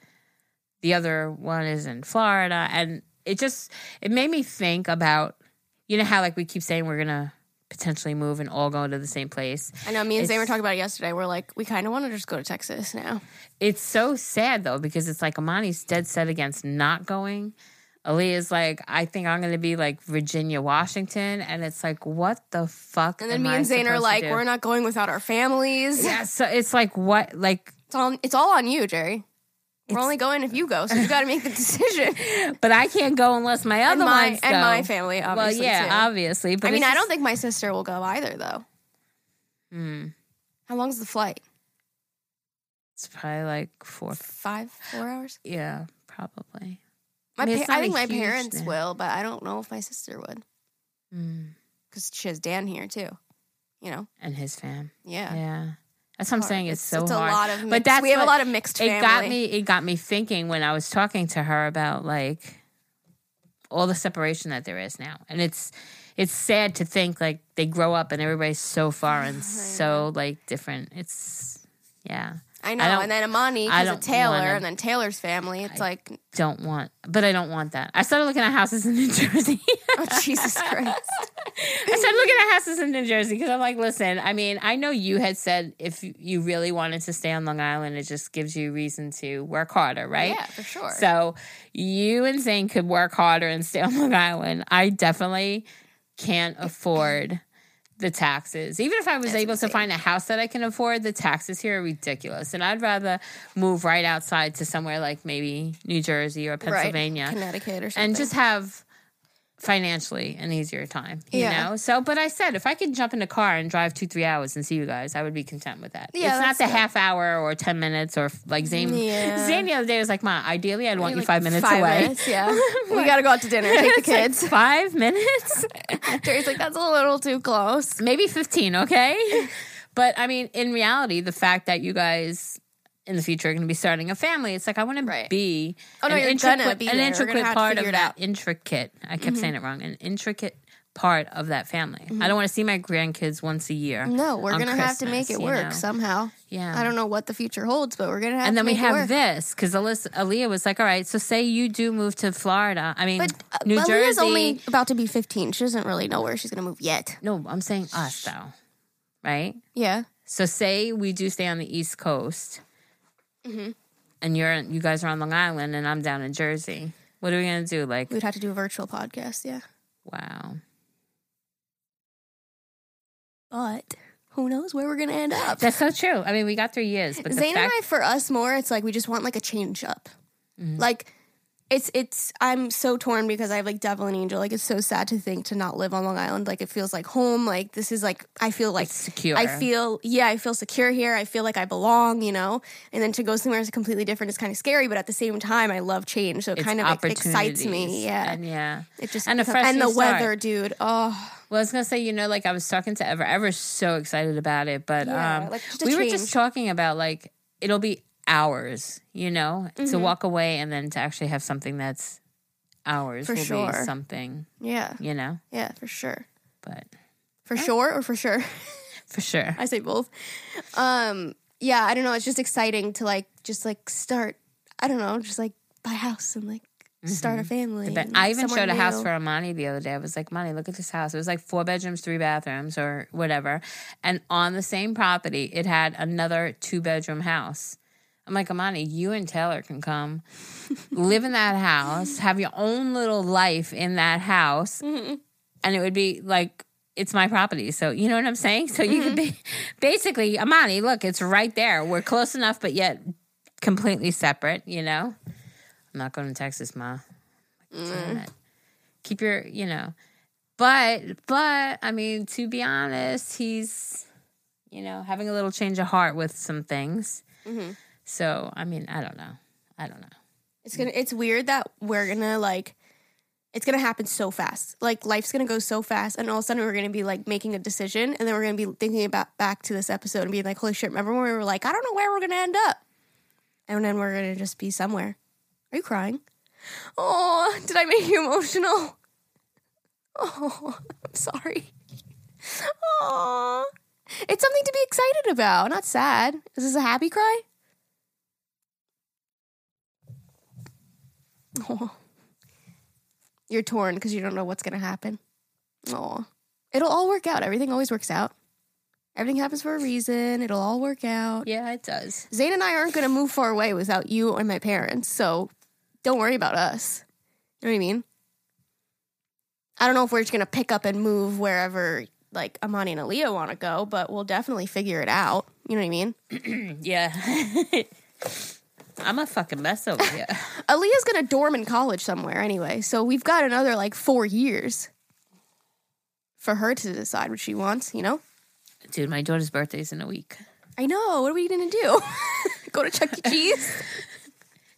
S2: the other one is in Florida. And it just it made me think about, you know how like we keep saying we're gonna potentially move and all go to the same place.
S1: I know. Me and Zane were
S2: It's-
S1: talking about it yesterday. We're like, we kind of want to just go to Texas now.
S2: It's so sad though because it's like Amani's dead set against not going. Aaliyah's like, I think I'm gonna be like Virginia Washington, and it's like, what the fuck?
S1: And then
S2: am
S1: me
S2: I
S1: and Zane
S2: supposed
S1: are
S2: to
S1: like,
S2: do?
S1: we're not going without our families.
S2: Yeah, so it's like what, like,
S1: It's all it's all on you, Jerry. We're
S2: It's-
S1: only going if you go, so you got to make the decision.
S2: but I can't go unless my other
S1: and my
S2: ones
S1: and
S2: go.
S1: my family, obviously.
S2: well, yeah,
S1: too.
S2: obviously. But
S1: I mean,
S2: it's
S1: I don't
S2: just-
S1: think my sister will go either, though.
S2: Hmm.
S1: How long's the flight?
S2: it's probably like four.
S1: Five, four hours.
S2: Yeah, probably.
S1: My
S2: I mean,
S1: pa-
S2: it's
S1: I
S2: not
S1: think
S2: a
S1: my
S2: huge
S1: parents
S2: thing.
S1: will, but I don't know if my sister would
S2: Hmm.
S1: because she has Dan here too. You know,
S2: And his fam.
S1: yeah.
S2: Yeah, that's what I'm
S1: hard.
S2: saying. It's, so
S1: a
S2: hard.
S1: lot of mixed,
S2: but that's
S1: we have a
S2: what-
S1: lot of mixed family.
S2: It got me. It got me thinking when I was talking to her about like all the separation that there is now, and it's it's sad to think like they grow up and everybody's so far and so like different. It's yeah,
S1: I know,
S2: don't-
S1: and then Amani
S2: I
S1: because of
S2: don't
S1: Taylor,
S2: wanna-
S1: and then Taylor's family. It's like,
S2: don't want, but I don't want that. I started looking at houses in New Jersey.
S1: oh Jesus Christ!
S2: I started looking at houses in New Jersey because I'm like, listen, I mean, I know you had said if you- you really wanted to stay on Long Island, it just gives you reason to work harder, right?
S1: Yeah, for sure.
S2: So you and Zane could work harder and stay on Long Island. I definitely can't afford the taxes. Even if I was able
S1: insane.
S2: to find a house that I can afford, the taxes here are ridiculous. And I'd rather move right outside to somewhere like maybe New Jersey or Pennsylvania
S1: right. Connecticut, or something.
S2: and just have financially an easier time. You
S1: Yeah.
S2: know? So but I said if I could jump in a car and drive two, three hours and see you guys, I would be content with that.
S1: Yeah,
S2: it's not
S1: that's
S2: the
S1: good.
S2: half hour or ten minutes or like Zane
S1: Yeah.
S2: Zane the other day was like, Ma, ideally I'd want you
S1: Like,
S2: five minutes away.
S1: minutes, yeah, we got to go out to dinner. Take the
S2: It's like,
S1: kids.
S2: five minutes?
S1: Jerry's like, that's a little too close.
S2: Maybe fifteen, okay? but I mean, in reality, the fact that you guys in the future are going to be starting a family. It's like I want to
S1: Right.
S2: be
S1: Oh, no,
S2: an
S1: you're gonna
S2: intricate,
S1: be
S2: an
S1: there. We're
S2: intricate
S1: gonna have to
S2: part of
S1: figure it
S2: that
S1: out. Mm-hmm.
S2: intricate. I kept saying it wrong. An intricate part of that family. I don't want to see my grandkids once a year.
S1: No, we're
S2: on
S1: gonna have to make
S2: Christmas,
S1: it
S2: you
S1: work
S2: know?
S1: somehow.
S2: Yeah.
S1: I don't know what the future holds, but we're gonna have.
S2: and then
S1: to
S2: we
S1: make it
S2: have
S1: work.
S2: this because Aaliyah was like, "All right, so say you do move to Florida. I mean,
S1: But uh,
S2: New
S1: Aaliyah's
S2: Jersey.
S1: only about to be 15. She doesn't really know where she's gonna move yet.
S2: no, I'm saying us though, right?
S1: Yeah.
S2: So say we do stay on the East Coast,
S1: Mm-hmm.
S2: and you're you guys are on Long Island, and I'm down in Jersey. What are we gonna do? Like,
S1: We'd have to do a virtual podcast, yeah.
S2: wow,
S1: But who knows where we're gonna end up.
S2: that's so true. I mean, we got three years, but the
S1: Zayn and
S2: fact,
S1: I for us more, it's like we just want like a change up.
S2: Mm-hmm.
S1: Like it's it's I'm so torn because I have like Devil and Angel. Like it's so sad to think to not live on Long Island. Like it feels like home. Like this is like I feel like
S2: It's secure.
S1: I feel yeah, I feel secure here. I feel like I belong, you know. And then to go somewhere that's completely different is kind of scary, but at the same time I love change. So it
S2: it's
S1: kind of ex- excites
S2: opportunities,
S1: me. Yeah.
S2: and yeah,
S1: it just
S2: and a
S1: becomes-
S2: fresh
S1: and
S2: new
S1: the
S2: start.
S1: weather, dude. Oh,
S2: Well, I was gonna say, you know, like I was talking to Ever. Ever's so excited about it, but
S1: Yeah,
S2: um,
S1: like, just a
S2: we were
S1: change.
S2: just talking about like it'll be hours, you know,
S1: Mm-hmm.
S2: to walk away and then to actually have something that's ours
S1: For
S2: will be
S1: sure.
S2: something,
S1: yeah.
S2: you know.
S1: Yeah, for sure.
S2: But
S1: For sure or for sure?
S2: for sure,
S1: I say both. Um, yeah, I don't know. It's just exciting to like just like start. I don't know, just like buy a house and like start a family.
S2: Mm-hmm. But
S1: and
S2: I even
S1: somewhere
S2: showed a house
S1: new.
S2: for Amani the other day. I was like, Amani, look at this house. It was like four bedrooms, three bathrooms, or whatever. And on the same property, it had another two bedroom house. I'm like, Amani, you and Taylor can come live in that house, have your own little life in that house. And it would be like, it's my property. So, you know what I'm saying? So, you could be basically, Amani, look, it's right there. We're close enough, but yet completely separate, you know? I'm not going to Texas, Ma. Damn it. Keep your, you know. But, but, I mean, to be honest, he's, you know, having a little change of heart with some things. So, I mean, I don't know. I don't know.
S1: It's gonna. It's weird that we're gonna like. It's gonna happen so fast. Like life's gonna go so fast, and all of a sudden we're gonna be like making a decision, and then we're gonna be thinking about back to this episode and being like, "Holy shit!" Remember when we were like, "I don't know where we're gonna end up," and then we're gonna just be somewhere. Are you crying? Oh, did I make you emotional? Oh, I'm sorry. Oh, it's something to be excited about, not sad. Is this a happy cry? Oh. You're torn because you don't know what's going to happen. Oh, it'll all work out. Everything always works out. Everything happens for a reason. It'll all work out.
S2: Yeah, it does.
S1: Zane and I aren't going to move far away without you and my parents. So don't worry about us. You know what I mean? I don't know if we're just going to pick up and move wherever like Amani and Aaliyah want to go, but we'll definitely figure it out. You know what I mean?
S2: Yeah. I'm a fucking mess over here.
S1: Aaliyah's going to dorm in college somewhere anyway. So we've got another like four years for her to decide what she wants, you know?
S2: Dude, my daughter's birthday's in a week.
S1: I know. What are we going to do? go to Chuck E. Cheese?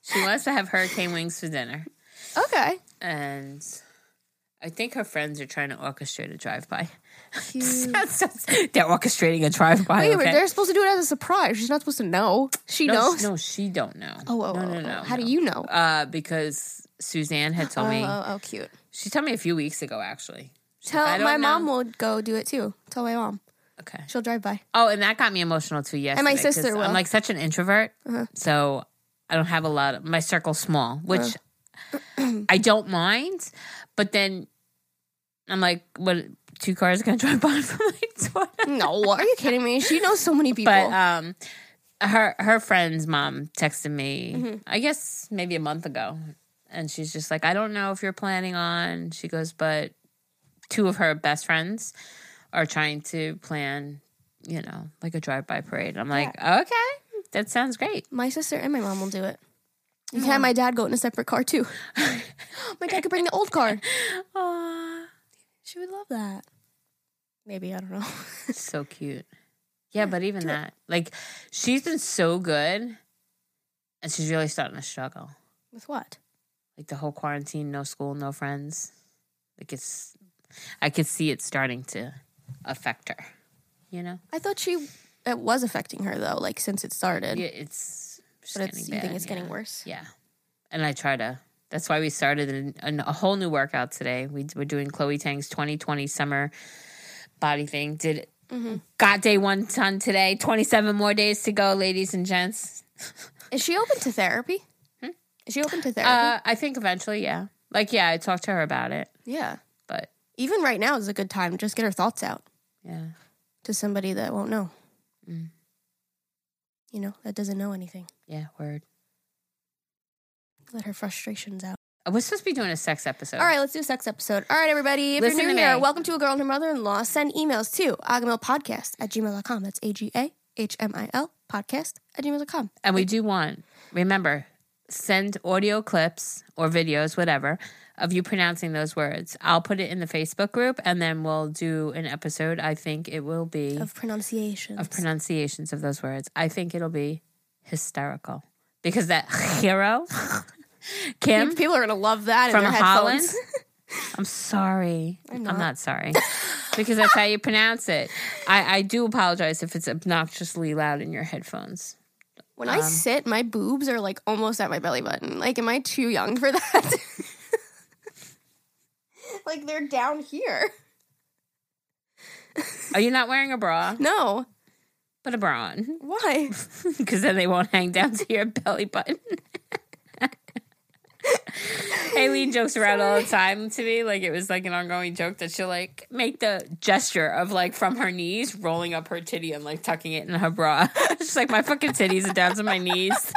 S2: She wants to have hurricane wings for dinner.
S1: Okay.
S2: And I think her friends are trying to orchestrate a drive by.
S1: Cute.
S2: They're orchestrating a drive by.
S1: Wait, but they're supposed to do it as a surprise. She's not supposed to know. She
S2: no,
S1: knows.
S2: she- no, she don't know.
S1: Oh, oh,
S2: no,
S1: oh,
S2: no,
S1: oh.
S2: no.
S1: How
S2: no.
S1: do you know?
S2: Uh, because Suzanne had told me.
S1: Oh, oh, oh, cute.
S2: She told me a few weeks ago, actually. She's
S1: Tell
S2: like, "I don't
S1: my mom
S2: know."
S1: will go do it too. Tell my mom.
S2: Okay.
S1: She'll drive by.
S2: Oh, and that got me emotional too. Yesterday,
S1: my
S2: 'cause
S1: sister will. Uh-huh.
S2: I'm like such an introvert, so I don't have a lot. Of, my circle's small, which
S1: Uh-huh.
S2: I don't mind. But then I'm like, what? Two cars are gonna drive by for my daughter.
S1: No, are you kidding me? She knows so many people.
S2: But um, her her friend's mom texted me. I guess maybe a month ago, and she's just like, I don't know if you're planning on. She goes, but two of her best friends are trying to plan, you know, like a drive by parade. I'm like, okay, that sounds great.
S1: my sister and my mom will do it. You can have my dad go in a separate car too. my dad could bring the old car.
S2: Aw,
S1: She would love that. Maybe I don't know.
S2: so cute. Yeah, but even that, like, she's been so good, and she's really starting to struggle.
S1: With what?
S2: like the whole quarantine, no school, no friends. Like it's, I could see it starting to affect her. You know,
S1: I thought she. It was affecting her though. Like since it started.
S2: yeah, it's. Just
S1: But it's-
S2: getting
S1: you think
S2: bad,
S1: it's getting
S2: yeah.
S1: worse?
S2: Yeah, and I try to. That's why we started an, an, a whole new workout today. We we're doing Chloe Tang's 2020 summer body thing. Did
S1: Mm-hmm.
S2: got day one ton today. 27 more days to go, ladies and gents.
S1: Is she open to therapy? Is she open to therapy?
S2: Hmm? Uh, I think eventually, yeah. Like, yeah, I talked to her about it,
S1: yeah.
S2: but
S1: Even right now is a good time. to Just get her thoughts out.
S2: yeah.
S1: to somebody that won't know. Mm. You know, that doesn't know anything.
S2: Yeah, word.
S1: Let her frustrations out.
S2: Uh, We're supposed to be doing a sex episode.
S1: All right, let's do a sex episode. All right, everybody. If
S2: Listen
S1: you're
S2: to
S1: new here,
S2: me.
S1: welcome to A Girl and Her Mother in Law. Send emails to agamilpodcast at gmail.com. That's A G A H M I L podcast at gmail.com.
S2: And we do want, remember, send audio clips or videos, whatever, of you pronouncing those words. I'll put it in the Facebook group and then we'll do an episode. I think it will be of,
S1: Of pronunciations.
S2: pronunciations of those words. I think it'll be hysterical because that hero, Kim
S1: People are going to love that in
S2: from
S1: their
S2: Holland.
S1: headphones.
S2: I'm sorry. I'm
S1: not.
S2: sorry because that's how you pronounce it. I, I do apologize if it's obnoxiously loud in your headphones.
S1: When I sit, my boobs are like almost at my belly button. Like, am I too young for that? like, they're down here.
S2: Are you not wearing a bra?
S1: No.
S2: Put a bra on.
S1: Why?
S2: because then they won't hang down to your belly button. Aileen jokes around all the time to me. Like it was like an ongoing joke that she'll like make the gesture of like from her knees rolling up her titty and like tucking it in her bra. She's like, my fucking titties are down to my knees.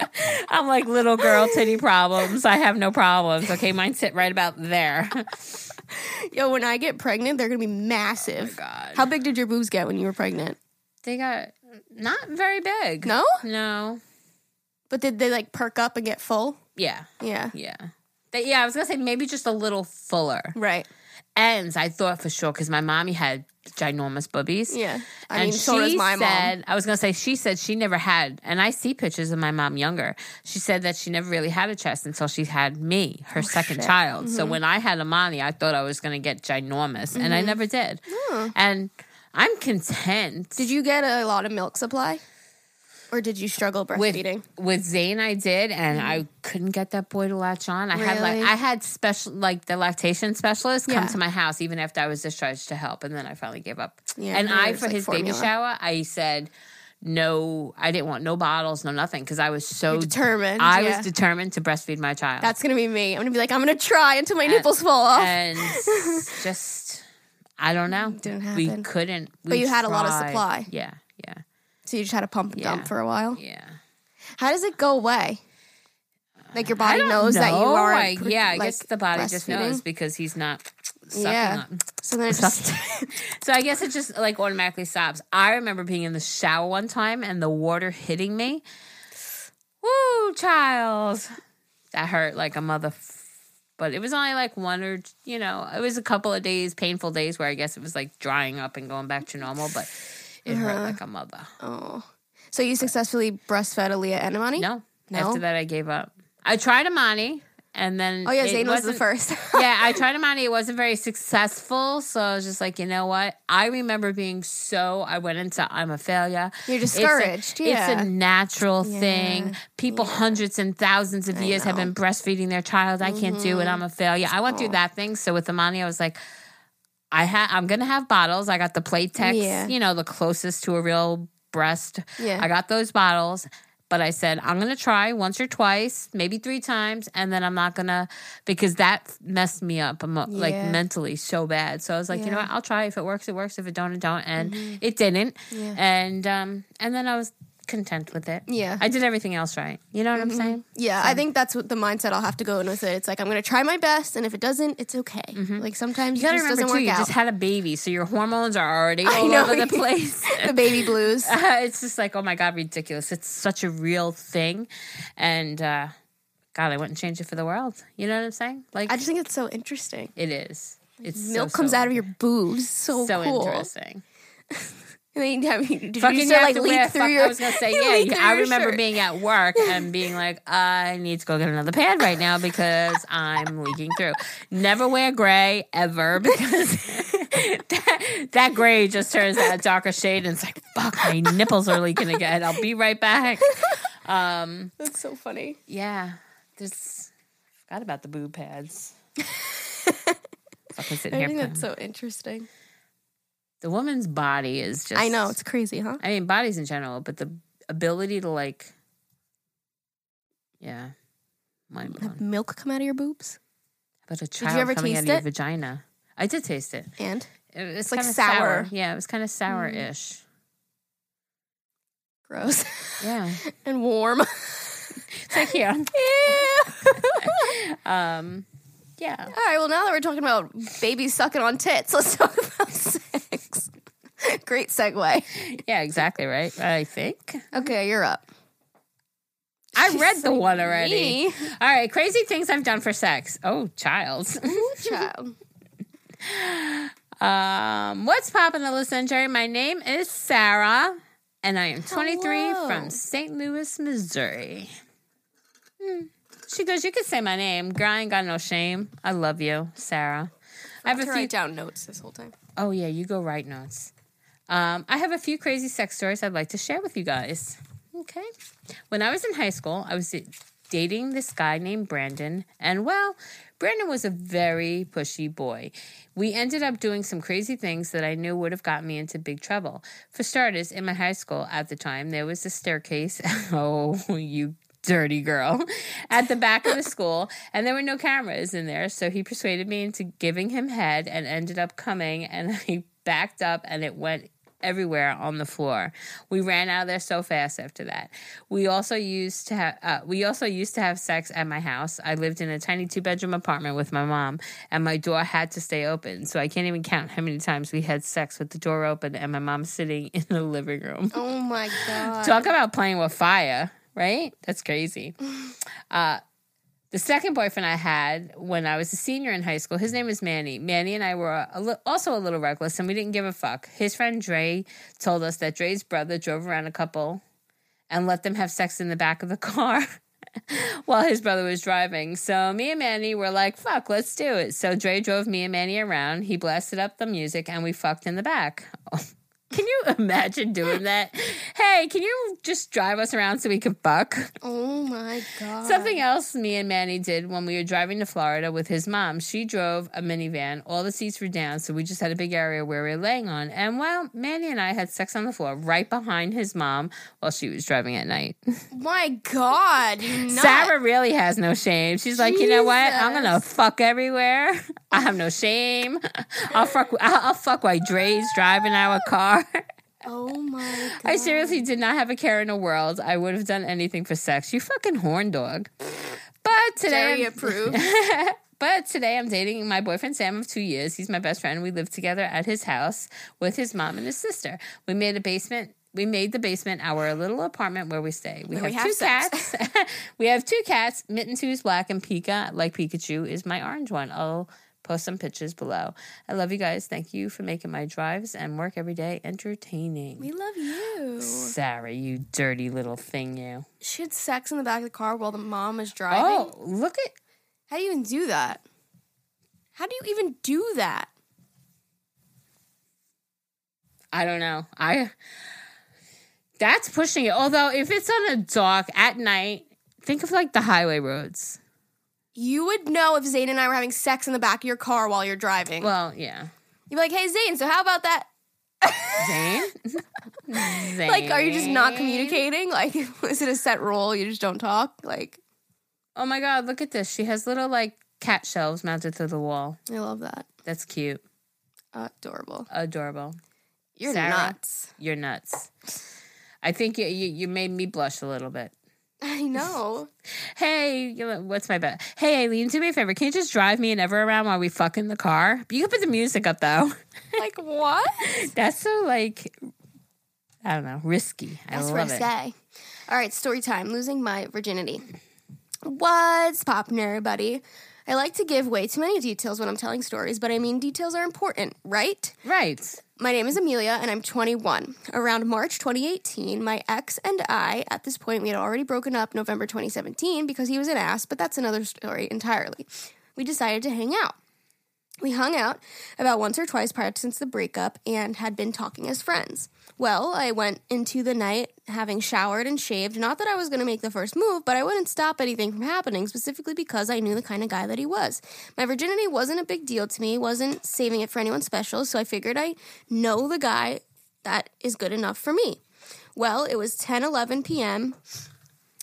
S2: I'm like little girl titty problems. I have no problems. Okay, mine sit right about there.
S1: Yo, when I get pregnant, they're gonna be massive.
S2: Oh God.
S1: How big did your boobs get when you were pregnant?
S2: They got not very big.
S1: No?
S2: No.
S1: But did they like perk up and get full?
S2: Yeah.
S1: Yeah.
S2: Yeah. They, yeah, I was gonna say maybe just a little fuller.
S1: Right.
S2: ends, I thought for sure because my mommy had ginormous boobies.
S1: Yeah. I mean, so does my mom.
S2: said, I was gonna say she said she never had, and I see pictures of my mom younger. She said that she never really had a chest until she had me,
S1: Oh,
S2: her second child.
S1: Mm-hmm.
S2: So when I had Amani, I thought I was gonna get ginormous, and I never did. And I'm content.
S1: Did you get a lot of milk supply? Or did you struggle
S2: with
S1: breastfeeding?
S2: with Zane I did and I couldn't get that boy to latch on. I had like
S1: Mm-hmm. Really?
S2: I had special like the lactation specialist come
S1: Yeah.
S2: to my house even after I was discharged to help and then I finally gave up.
S1: Yeah,
S2: and
S1: mine
S2: I
S1: was,
S2: for
S1: like,
S2: his baby
S1: formula.
S2: shower, I said no, I didn't want no bottles, no nothing cuz I was so
S1: Determined.
S2: I
S1: yeah.
S2: was determined to breastfeed my child. Uh,
S1: That's gonna be me. I'm gonna be like, I'm gonna try until my nipples fall off.
S2: and just I don't know.
S1: Didn't
S2: we
S1: happen.
S2: couldn't.
S1: But
S2: we
S1: you had a lot of
S2: tried.
S1: supply.
S2: Yeah, yeah,
S1: So you just had a pump and dump
S2: Yeah.
S1: for a while.
S2: yeah.
S1: How does it go away? Like your
S2: I
S1: body
S2: don't
S1: knows that you
S2: know.
S1: are.
S2: I- yeah, I guess the body just knows because he's not sucking
S1: Yeah.
S2: on.
S1: So then it just
S2: So I guess it just like automatically stops. I remember being in the shower one time and the water hitting me. Woo, child. That hurt like a mother. But it was only like one or, you know, it was a couple of days, painful days where I guess it was like drying up and going back to normal, but it hurt
S1: Uh-huh.
S2: like a mother.
S1: oh. So you successfully breastfed Aaliyah and Imani?
S2: No.
S1: Eh, No?
S2: After that, I gave up. I tried Amani and then.
S1: Oh yeah,
S2: it
S1: Zane was the
S2: wasn't-
S1: first.
S2: yeah, I tried Amani. It wasn't very successful. So I was just like, you know what? I remember being so, I went into I'm a failure.
S1: You're
S2: It's a-
S1: discouraged,
S2: It's
S1: yeah.
S2: a natural thing. People hundreds and thousands of years have been breastfeeding their child. I can't do it.
S1: Mm-hmm.
S2: I'm a failure. I went through
S1: Oh.
S2: that thing. So with Amani, I was like, I ha- I'm going to have bottles. I got the Playtex,
S1: Yeah.
S2: you know, the closest to a real breast.
S1: Yeah.
S2: I got those bottles. But I said, I'm going to try once or twice, maybe three times, and then I'm not going to, because that messed me up, emo- like
S1: Yeah.
S2: mentally so bad. So I was like, you know
S1: Yeah. Mm-hmm.
S2: what? I'll try. If it works, it works. If it don't, it don't. And it didn't.
S1: Yeah.
S2: And, um, and then I was content with it.
S1: Yeah. Mm-hmm.
S2: I did everything else right. You know what I'm saying?
S1: Yeah, I think that's what the mindset I'll have to go in with it. It's like I'm gonna try my best, and if it doesn't, it's okay. Like sometimes
S2: Mm-hmm. You
S1: it
S2: gotta
S1: just
S2: remember
S1: doesn't
S2: too,
S1: work
S2: you
S1: out.
S2: just had a baby, so your hormones are already
S1: I
S2: all
S1: know.
S2: over the place.
S1: the baby blues.
S2: it's just like, oh my God, ridiculous. It's such a real thing. And uh, God, I wouldn't change it for the world. You know what I'm saying? Like,
S1: I just think it's so interesting.
S2: it is. It's so,
S1: Milk comes
S2: so-
S1: out of your boobs. So,
S2: So
S1: cool.
S2: interesting.
S1: And then you have, did
S2: Fucking
S1: you
S2: you
S1: say,
S2: have
S1: like
S2: to
S1: leak
S2: wear,
S1: through
S2: fuck,
S1: your?
S2: I was gonna say,
S1: you
S2: yeah.
S1: leak
S2: you-
S1: through
S2: I
S1: your
S2: remember
S1: shirt.
S2: being at work and being like, I need to go get another pad right now because I'm leaking through. Never wear gray ever because that, that gray just turns that darker shade and it's like, fuck, my nipples are leaking again. I'll be right back. Um,
S1: That's so funny.
S2: Yeah, this forgot about the boob pads. Fucking sitting
S1: I
S2: here
S1: think
S2: playing.
S1: that's so interesting.
S2: the woman's body is just.
S1: I know it's crazy, huh?
S2: I mean, bodies in general, but the ability to like, yeah, mind blown.
S1: Have milk come out of your boobs?
S2: But a child
S1: ever
S2: coming out
S1: taste
S2: of your
S1: it?
S2: vagina. I did taste it.
S1: And
S2: It was
S1: like
S2: kinda
S1: sour.
S2: Yeah, it was kind of sour-ish.
S1: gross
S2: Yeah,
S1: and warm.
S2: it's like yeah,
S1: All
S2: um, yeah.
S1: right. Well, now that we're talking about babies sucking on tits, let's talk about sex. Great segue.
S2: Yeah, exactly right. I think
S1: Okay, you're up.
S2: I
S1: She's
S2: read the
S1: like
S2: one already.
S1: me.
S2: All right, crazy things I've done for sex. Oh, child.
S1: Child.
S2: Um, what's poppin', Alyssa and Jerry? My name is Sarah, and I am 23
S1: Hello.
S2: from St. Louis, Missouri. Hmm. She goes, "You can say my name, girl. I ain't got no shame. I love you, Sarah." I have
S1: To
S2: a few.
S1: write down notes this whole time.
S2: Oh yeah, you go write notes. Um, I have a few crazy sex stories I'd like to share with you guys. Okay. When I was in high school, I was dating this guy named Brandon, and well, Brandon was a very pushy boy. We ended up doing some crazy things that I knew would have gotten me into big trouble. For starters, in my high school at the time, there was a staircase. oh, you dirty girl at the back of the school and there were no cameras in there so he persuaded me into giving him head and ended up coming and i backed up and it went everywhere on the floor we ran out of there so fast after that we also used to have uh, we also used to have sex at my house i lived in a tiny two bedroom apartment with my mom and my door had to stay open so i can't even count how many times we had sex with the door open and my mom sitting in the living room
S1: Oh my god.
S2: Talk about playing with fire, right? That's crazy. Uh, the second boyfriend I had when I was a senior in high school, his name was Manny. Manny and I were a li- also a little reckless and we didn't give a fuck. His friend Dre told us that Dre's brother drove around a couple and let them have sex in the back of the car. while his brother was driving. So me and Manny were like, fuck, let's do it. So Dre drove me and Manny around. He blasted up the music and we fucked in the back. Can you imagine doing that? Hey, can you just drive us around so we can fuck?
S1: Oh my god.
S2: Something else me and Manny did when we were driving to Florida with his mom. She drove a minivan. All the seats were down, so we just had a big area where we were laying on. And well, Manny and I had sex on the floor right behind his mom while she was driving at night.
S1: My god. You nut.
S2: Sarah really has no shame. She's like, you know what? I'm gonna fuck everywhere. I have no shame. I'll fuck. I'll, I'll fuck while Dre's driving our car.
S1: Oh my god.
S2: I seriously did not have a care in the world. I would have done anything for sex. You fucking horn dog. But today,
S1: Jerry
S2: I'm-
S1: approved.
S2: but today I'm dating my boyfriend Sam of two years. He's my best friend. We live together at his house with his mom and his sister. We made a basement. We made the basement our little apartment where we stay. We have,
S1: Where we have
S2: two
S1: sex.
S2: cats. we have two cats. Mittens, who's black, and Pika, like Pikachu, is my orange one. I'll post some pictures below. I love you guys. Thank you for making my drives and work every day entertaining.
S1: we love you.
S2: Sarah, you dirty little thing, you.
S1: She had sex in the back of the car while the mom was driving.
S2: Oh, look at
S1: How do you even do that? How do you even do that?
S2: I don't know. I that's pushing it. Although if it's on a dock at night, think of like the highway roads.
S1: You would know if Zayn and I were having sex in the back of your car while you're driving.
S2: Well, yeah.
S1: You'd be like, "Hey Zayn, so how about that?"
S2: Zane? Zane.
S1: Like, are you just not communicating? Like, is it a set rule? You just don't talk? Like,
S2: Oh my god, look at this. She has little like cat shelves mounted to the wall.
S1: I love that.
S2: That's cute.
S1: Adorable.
S2: Adorable.
S1: You're
S2: Sarah.
S1: nuts.
S2: You're nuts. I think you, you you made me blush a little bit.
S1: I know.
S2: Hey, you know, what's my bet? Hey, Aileen, do me a favor. Can you just drive me and ever around while we fuck in the car? You can put the music up though.
S1: like what?
S2: That's so like I don't know, risky. I
S1: That's what I
S2: love it.
S1: say. All right, story time. Losing my virginity. What's poppin', everybody? I like to give way too many details when I'm telling stories, but I mean details are important, right?
S2: Right.
S1: My name is Amelia and I'm 21. Around March 2018, my ex and I, at this point, we had already broken up November 2017 because he was an ass, but that's another story entirely. We decided to hang out. We hung out about once or twice prior since the breakup and had been talking as friends. Well, I went into the night having showered and shaved. Not that I was going to make the first move, but I wouldn't stop anything from happening, specifically because I knew the kind of guy that he was. My virginity wasn't a big deal to me, wasn't saving it for anyone special, so I figured I know the guy that is good enough for me. Well, it was 10 11 p.m.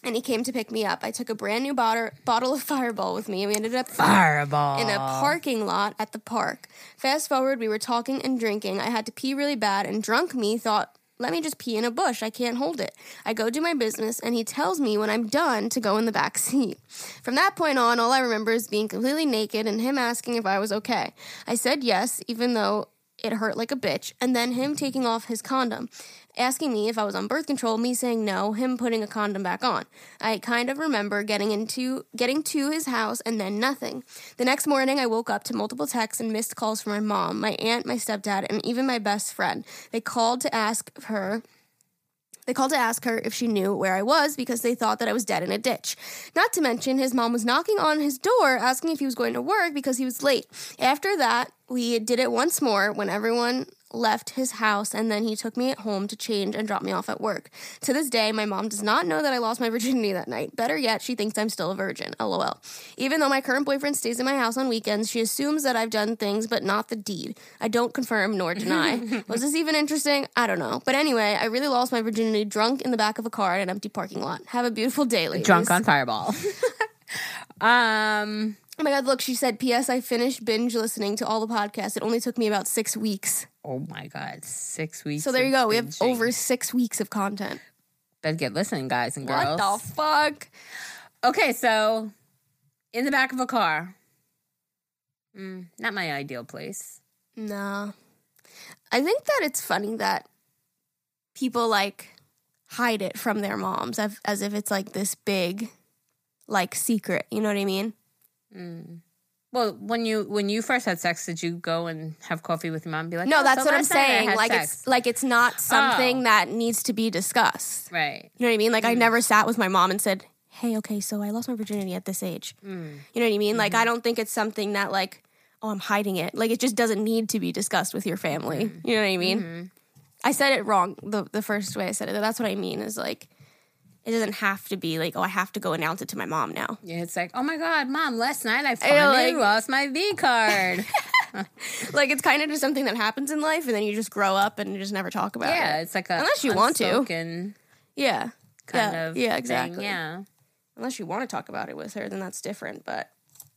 S1: And he came to pick me up. I took a brand new bottle, bottle of Fireball with me, and we ended up
S2: Horrible.
S1: in a parking lot at the park. Fast forward, we were talking and drinking. I had to pee really bad, and drunk me thought, let me just pee in a bush. I can't hold it. I go do my business, and he tells me when I'm done to go in the back seat. From that point on, all I remember is being completely naked and him asking if I was okay. I said yes, even though it hurt like a bitch, and then him taking off his condom, asking me if I was on birth control, me saying no, him putting a condom back on. I kind of remember getting into getting to his house and then nothing. The next morning I woke up to multiple texts and missed calls from my mom, my aunt, my stepdad, and even my best friend. They called to ask her they called to ask her if she knew where I was because they thought that I was dead in a ditch. Not to mention, his mom was knocking on his door asking if he was going to work because he was late. After that, we did it once more when everyone left his house and then he took me home to change and drop me off at work. To this day, my mom does not know that I lost my virginity that night. Better yet, she thinks I'm still a virgin. LOL. Even though my current boyfriend stays in my house on weekends, she assumes that I've done things but not the deed. I don't confirm nor deny. Was this even interesting? I don't know. But anyway, I really lost my virginity drunk in the back of a car in an empty parking lot. Have a beautiful day, ladies.
S2: Drunk on fireball. um
S1: Oh my god, look, she said, P.S. I finished binge listening to all the podcasts. It only took me about six weeks.
S2: oh my god, six weeks.
S1: So there
S2: of
S1: you go. We have
S2: binging.
S1: over six weeks of content.
S2: better get listening, guys and
S1: What
S2: girls.
S1: the fuck?
S2: okay, so in the back of a car. Mm, not my ideal place.
S1: No. I think that it's funny that people like hide it from their moms as, as if it's like this big like secret, you know what I mean?
S2: Mm. Well, when you when you first had sex, did you go and have coffee with your mom? And be like,
S1: no,
S2: "Oh,
S1: that's
S2: so
S1: what I'm
S2: last night I
S1: saying.
S2: had
S1: Like
S2: sex."
S1: it's like it's not something
S2: Oh.
S1: that needs to be discussed.
S2: right.
S1: You know what I mean? Like I
S2: Mm.
S1: never sat with my mom and said, "Hey, okay, so I lost my virginity at this age."
S2: Mm.
S1: You know what I mean? Like I don't think it's something that like oh, I'm hiding it. Like it just doesn't need to be discussed with your family.
S2: Mm.
S1: You know what I mean?
S2: Mm-hmm.
S1: I said it wrong the the first way I said it. though. That's what I mean is like it doesn't have to be like oh, I have to go announce it to my mom now.
S2: Yeah, it's like, oh my god, mom, last night I finally
S1: like-
S2: lost my V card.
S1: Like it's kind of just something that happens in life and then you just grow up and you just never talk about
S2: yeah,
S1: it.
S2: it's like a
S1: Unless you want to.
S2: unspoken
S1: Yeah.
S2: kind
S1: yeah.
S2: of
S1: yeah,
S2: thing,
S1: exactly.
S2: Yeah,
S1: Unless you want to talk about it with her, then that's different, but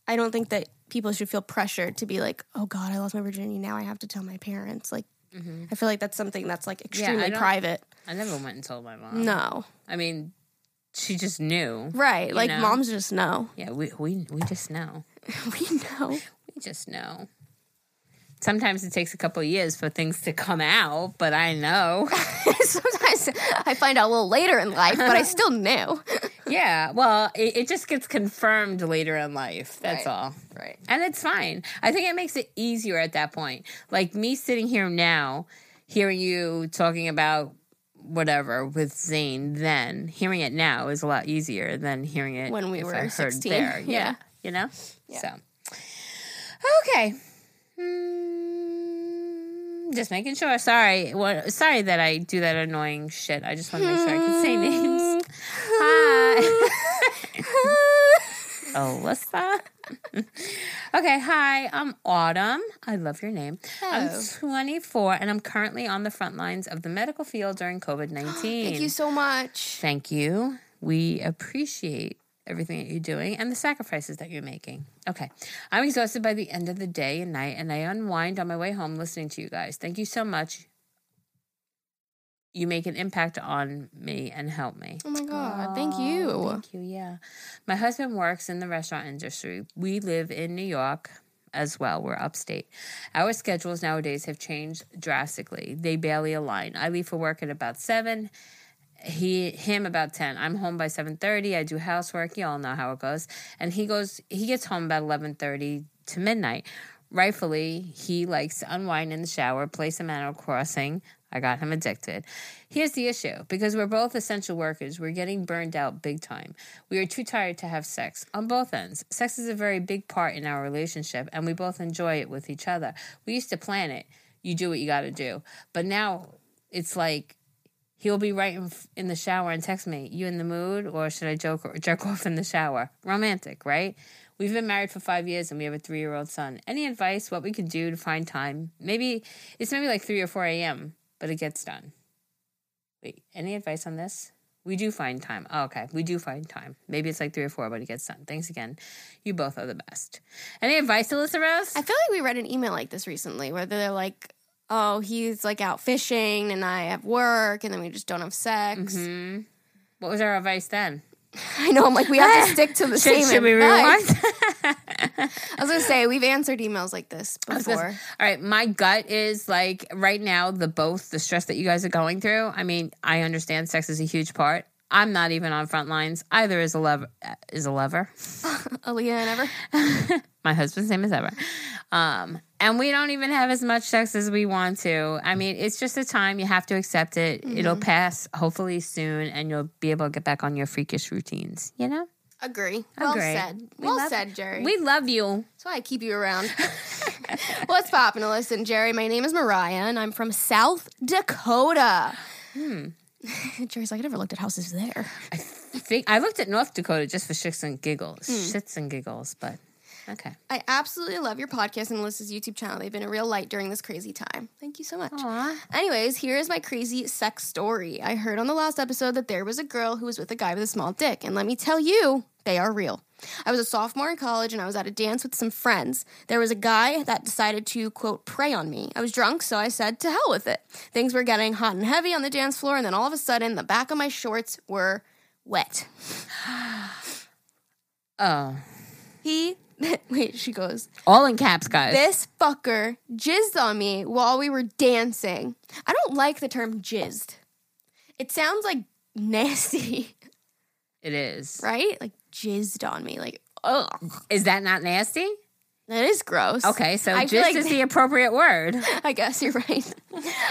S1: I don't think that people should feel pressured to be like, oh God, I lost my virginity. Now I have to tell my parents. Like, I feel like that's something that's like extremely
S2: Mm-hmm. don't-
S1: private.
S2: I never went and told my mom.
S1: No.
S2: I mean, she just knew.
S1: Right. like,
S2: know?
S1: moms just know.
S2: Yeah, we, we, we just know.
S1: we know.
S2: We just know. Sometimes it takes a couple of years for things to come out, but I know.
S1: Sometimes I find out a little later in life, but I still knew.
S2: yeah, well, it, it just gets confirmed later in life. That's
S1: Right.
S2: all.
S1: Right.
S2: And it's fine. I think it makes it easier at that point. Like me sitting here now, hearing you talking about whatever with Zane, then hearing it now is a lot easier than hearing it
S1: When we
S2: if
S1: were
S2: I heard
S1: 16.
S2: There. Yeah.
S1: Yeah.
S2: You know? So, okay. Mm, Just making sure. Sorry. Well, sorry that I do that annoying shit. I just want to make sure I can say names.
S1: Hmm.
S2: Hi. Alyssa. okay, hi, I'm Autumn. I love your name. I'm
S1: Oh.
S2: 24 and I'm currently on the front lines of the medical field during COVID 19.
S1: Thank you so much.
S2: Thank you. We appreciate everything that you're doing and the sacrifices that you're making. Okay. I'm exhausted by the end of the day and night, and I unwind on my way home listening to you guys. Thank you so much. You make an impact on me and help me.
S1: Oh my God. Thank you.
S2: Thank you. Yeah. My husband works in the restaurant industry. We live in New York as well. We're upstate. Our schedules nowadays have changed drastically. They barely align. I leave for work at about 7. He him about 10. I'm home by 7:30. I do housework. You all know how it goes. And he goes he gets home about 11:30 to midnight. Rightfully, he likes to unwind in the shower, play some Animal Crossing. I got him addicted. Here's the issue because we're both essential workers, we're getting burned out big time. We are too tired to have sex on both ends. Sex is a very big part in our relationship, and we both enjoy it with each other. We used to plan it you do what you got to do. But now it's like he'll be right in, in the shower and text me, "You in the mood, or should I joke or jerk off in the shower?" Romantic, right? We've been married for five years and we have a three-year-old son. Any advice? What we could do to find time? Maybe it's maybe like three or four a.m., but it gets done. Wait, any advice on this? We do find time. Oh, okay, we do find time. Maybe it's like three or four, but it gets done. Thanks again. You both are the best. Any advice, Alyssa Rose?
S1: I feel like we read an email like this recently where they're like, oh, he's like out fishing and I have work and then we just don't have sex.
S2: Mm-hmm. What was our advice then?
S1: I know. I'm like, we have to stick to the same
S2: Should, should we
S1: advice.
S2: rewind?
S1: I was going to say, we've answered emails like this
S2: I was
S1: before.
S2: gonna- All right, my gut is like right now the both the stress that you guys are going through. I mean, I understand sex is a huge part. I'm not even on front lines either. Is a lover is a lover.
S1: Aaliyah and Ever.
S2: My husband's name is Ever, um, and we don't even have as much sex as we want to. I mean, it's just a time you have to accept it. It'll pass hopefully soon, and you'll be able to get back on your freakish routines. You know.
S1: Agree. Well
S2: Agree.
S1: said.
S2: Oh, We
S1: well
S2: love-
S1: said, Jerry.
S2: We love you.
S1: That's why I keep you around. What's poppin'? Listen, Jerry, my name is Mariah, and I'm from South Dakota.
S2: Hmm.
S1: Jerry's like, I never looked at houses there.
S2: I think I looked at North Dakota just for shits and giggles, shits and giggles, but okay.
S1: I absolutely love your podcast and Alyssa's YouTube channel. They've been a real light during this crazy time. Thank you so much.
S2: Aw.
S1: Anyways, here is my crazy sex story. I heard on the last episode that there was a girl who was with a guy with a small dick, and let me tell you, they are real. I was a sophomore in college and I was at a dance with some friends. There was a guy that decided to, quote, prey on me. I was drunk, so I said, to hell with it. Things were getting hot and heavy on the dance floor, and then all of a sudden, the back of my shorts were wet.
S2: Oh,
S1: He, wait, she goes,
S2: all in caps, guys.
S1: This fucker jizzed on me while we were dancing. I don't like the term jizzed. It sounds like nasty,
S2: it is.
S1: right? Like jizzed on me. Like, oh,
S2: Is that not nasty?
S1: that is gross.
S2: Okay, so
S1: I
S2: just
S1: feel like-
S2: is the appropriate word.
S1: I guess you're right.